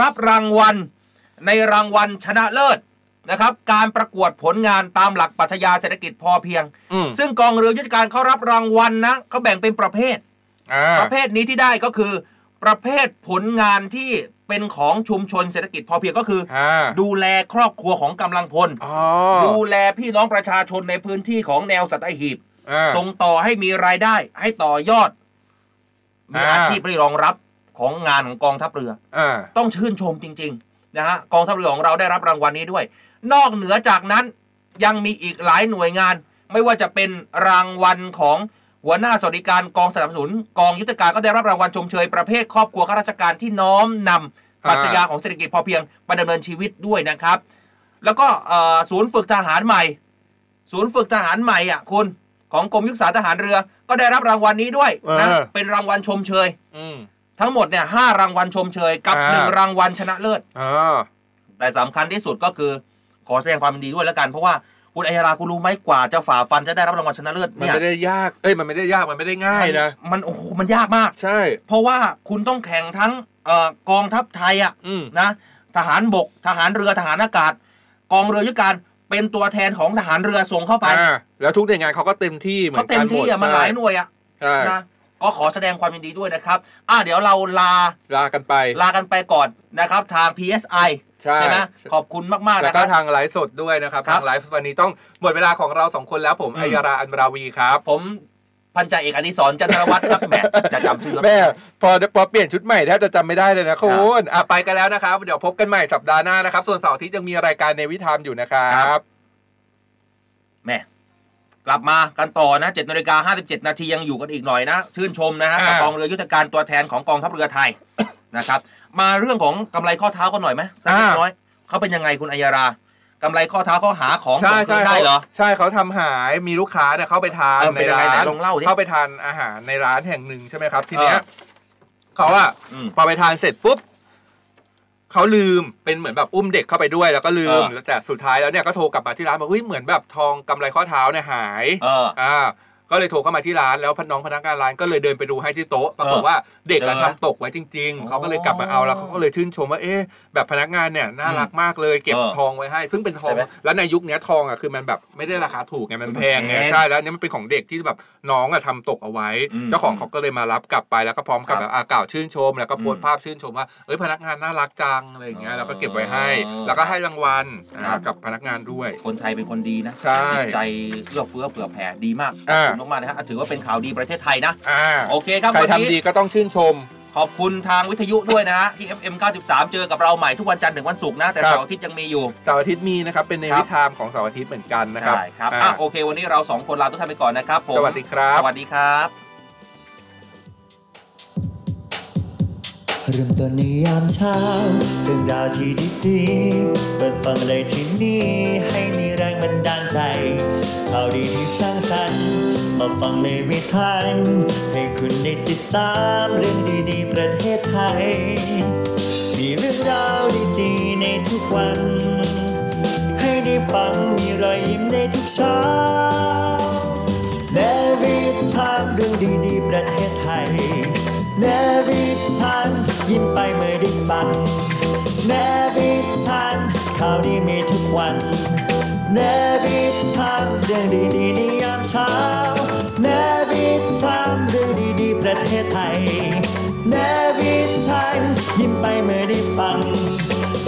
S12: รับรางวัลในรางวัลชนะเลิศนะครับ การประกวดผลงานตามหลักปรัชญาเศรษฐกิจพอเพียง
S11: อืม
S12: ซึ่งกองเรือยุทธการเขารับรางวัลนะเขาแบ่งเป็นประเภท
S11: อ่า
S12: ประเภทนี้ที่ได้ก็คือ ประเภทผลงานที่เป็นของชุมชนเศรษฐกิจพอเพียงก็คืออดูแลครอบครัวของกำลังพล ดูแลพี่น้องประชาชนในพื้นที่ของแนวสัตหีบ
S11: อ่า
S12: ส่งต่อให้มีรายได้ ให้ต่อยอด มีอาชีพที่รองรับของงานของกองทัพเรือ
S11: อ่า
S12: ต้องชื่นชมจริงๆนะฮะกองทัพเรือของเราได้รับรางวัลนี้ด้วย นอกเหนือจากนั้นยังมีอีกหลายหน่วยงาน ไม่ว่าจะเป็นรางวัลของหัวหน้าสวัสดิการกองสนับสนุนกองยุทธการก็ได้รับรางวัลชมเชยประเภทครอบครัวข้าราชการที่น้อมนำปรัชญาของเศรษฐกิจพอเพียงมาดำเนินชีวิตด้วยนะครับ แล้วก็เอ่อศูนย์ฝึกทหารใหม่ ศูนย์ฝึกทหารใหม่อ่ะคุณของกรมยุทธศาสตร์ทหารเรือ ก็ได้รับรางวัลนี้ด้วยนะ
S11: เออ
S12: เป็นรางวัลชมเชย
S11: อืม
S12: ทั้งหมดเนี่ยห้ารางวัลชมเชยกับ
S11: อ่า
S12: หนึ่งรางวัลชนะเลิศ
S11: อ่า
S12: แต่สำคัญที่สุดก็คือขอแสดงความยินดีด้วยแล้วกัน เพราะว่าคุณอัยยาราคุณรู้ไหมกว่าจะฝ่าฟันจะได้รับรางวัลชนะเลิศ
S11: มัน
S12: เนี่ย
S11: ไม่ได้ยาก เอ้ย มันไม่ได้ยาก มันไม่ได้ง่ายนะ
S12: มันโอ้โหมันยากมาก
S11: ใช่
S12: เพราะว่าคุณต้องแข่งทั้งเอ่อกองทัพไทยอ่ะนะทหารบก ทหารเรือทหารอากาศ กองเรือยุทธการเป็นตัวแทนของทหารเรือส่งเข้าไป
S11: อ่า แล้วทุกหน่วยงานเขาก็เต็มที่เหมื
S12: เขา
S11: อน
S12: เต็
S11: กั
S12: ม
S11: นหม
S12: ที่
S11: ด
S12: อ่ะมันหลายหน่วยอ่ะ
S11: ใช่
S12: นะก็ขอแสดงความยินดีด้วยนะครับอ่ะเดี๋ยวเราลา
S11: ลากันไป
S12: ลากันไปก่อนนะครับ ทาง PSI
S11: ใช่
S12: ไหมขอบคุณมาก ๆ
S11: แล้
S12: นะ
S11: ว
S12: ค
S11: ก็
S12: รับ
S11: ทางไลฟ์สดด้วยนะครับ ทางไลฟ์วันนี้ต้องหมดเวลาของเราสองคนแล้วผม
S12: อืม
S11: อัยยาราอันราวีครับ
S12: ผมพันจ่าเอกอดิศรจันทรวัฒน์
S11: (laughs)
S12: ครับแหม่จะจำชื่อ
S11: แม่พอพอเปลี่ยนชุดใหม่แทบจะจำไม่ได้เลยนะคุณอ่ะไปกันแล้วนะครับ เดี๋ยวพบกันใหม่สัปดาห์หน้านะครับ ส่วนเสาร์อาทิตย์ยังมีรายการในวิธามอยู่นะครับ
S12: แหม่กลับมากันต่อนะ7นาฬิกา57 นาทียังอยู่กันอีกหน่อยนะ ชื่นชมนะฮะกับกองเรือยุทธการตัวแทนของกองทัพเรือไทย (coughs) นะครับ มาเรื่องของกำไรข้อเท้ากันหน่อยไหมสักเล็กน้อยเขาเป็นยังไงคุณอัยยารากำไรข้อเท้าเขาหาของ
S11: ใช่
S12: ส่งคื
S11: ใช่
S12: นได้เหรอ
S11: ขาใช่เขาทำหายมีลูกค้าเนี่ยเข้าไปทาน
S12: เออเป็นยังไงไหน
S11: ร้าน
S12: ลองเล่าดิ
S11: เข้าไปทานอาหารในร้านแห่งหนึ่งใช่ไหมครับทีเนี้ย
S12: เออ
S11: เขาอะ
S12: อืม
S11: พอไปทานเสร็จปุ๊บเขาลืมเป็นเหมือนแบบอุ้มเด็กเข้าไปด้วยแล้วก็ลืม
S12: เออ
S11: แต่สุดท้ายแล้วเนี่ยก็โทรกลับมาที่ร้านบอกเฮ้ยเหมือนแบบทองกำไรข้อเท้าเนี่ยหาย
S12: เอออ่
S11: าก็เลยโทรเข้ามาที่ร้านแล้วพน้องพนักงานร้านก็เลยเดินไปดูให้ที่โต๊ะปรากฏว่าเด็กอะ
S12: เจอ
S11: ทำตกไว้จริง ๆเขาก็เลยกลับมาเอาแล้วเขาก็เลยชื่นชมว่าเอ๊ะแบบพนักงานเนี่ยน่ารักมากเลยเก็บทองไว้ให้ ซึ่งเป็นทอง แล้วในยุคเนี้ยทองอ่ะคือมันแบบไม่ได้ราคาถูกไงมันแพงไง
S12: แพง
S11: ใช่แล้วอันนี้มันเป็นของเด็กที่แบบน้องอ่ะทำตกเอาไว้
S12: อืม
S11: เจ้าของเขาก็เลยมารับกลับไปแล้วก็พร้อมกับ
S12: ครับ
S11: แบบอากล่าวชื่นชม แล้วก็โพส
S12: อื
S11: ต์
S12: ม
S11: ภาพชื่นชมว่าเอ้ยพนักงานน่ารักจังอะไรอย่างเงี้ยแล้วก็เก็บไว้ให้
S12: อ๋อ
S11: แล้วก็ให้รางวัลอ่ากับพนักงานด้วย
S12: คนไทยเป็นคนดีนะ
S11: ใช่
S12: จิตใจเอื้อเฟื้อเผื่อแผ่ดีมากข
S11: อ่า
S12: อบคุณมากๆนะฮะถือว่าเป็นข่าวดีประเทศไทยนะ
S11: อ่า
S12: โอเคครับ
S11: ใคร
S12: วันนี้
S11: ทำดีก็ต้องชื่นชม
S12: ขอบคุณทางวิทยุด้วยนะฮะ ที่ FM 93 เจอกับเราใหม่ทุกวันจันทร์ถึงวันศุกร์นะ แต่
S11: ครับ
S12: เสาร์อาทิตย์ยังมีอยู่
S11: เสาร์อาทิตย์มีนะครับเป็นใน
S12: ครับ
S11: วิธามของเสาร์อาทิตย์เหมือนกันนะครับ
S12: ใช่ครับ
S11: อ่า
S12: อ่ะโอเค วันนี้เราสองคนลาทุกท่านไปก่อนนะครับผม
S11: สวัสดีครับ
S12: สวัสดีครับ
S18: เริ่มต้นในยามเช้า เรื่องราวที่ดีๆเปิดฟังเลยที่นี่ ให้มีแรงบันดาลใจข่าวดีที่สร้างสรรค์ มาฟังในวิถีให้คุณได้ติดตามเรื่องดีๆ ประเทศไทย มีเรื่องราวดีๆ ในทุกวัน ให้ได้ฟังมีรอยยิ้มในทุกเช้า เนวิทามเรื่องดีๆ ประเทศไทยเนวิทามยิ้มไปเมื่อได้ฟังเนวิทามข่าวดีมีทุกวันเนวิทามเรื่องดีๆในยามเช้าเนวิทามเรื่องดีๆ ประเทศไทยเนวิทามยิ้มไปเมื่อได้ฟัง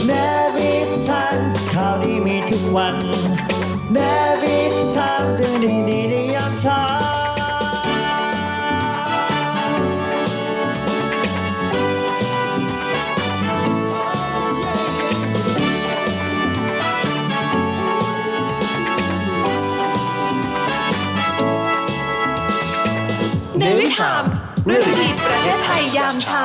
S18: เนวิทามข่าวดีมีทุกวัน แม้วิทามเรื่องดีๆในยามเช้า
S15: ในวิถามเรื่องดีๆประเทศไทยยามเช้า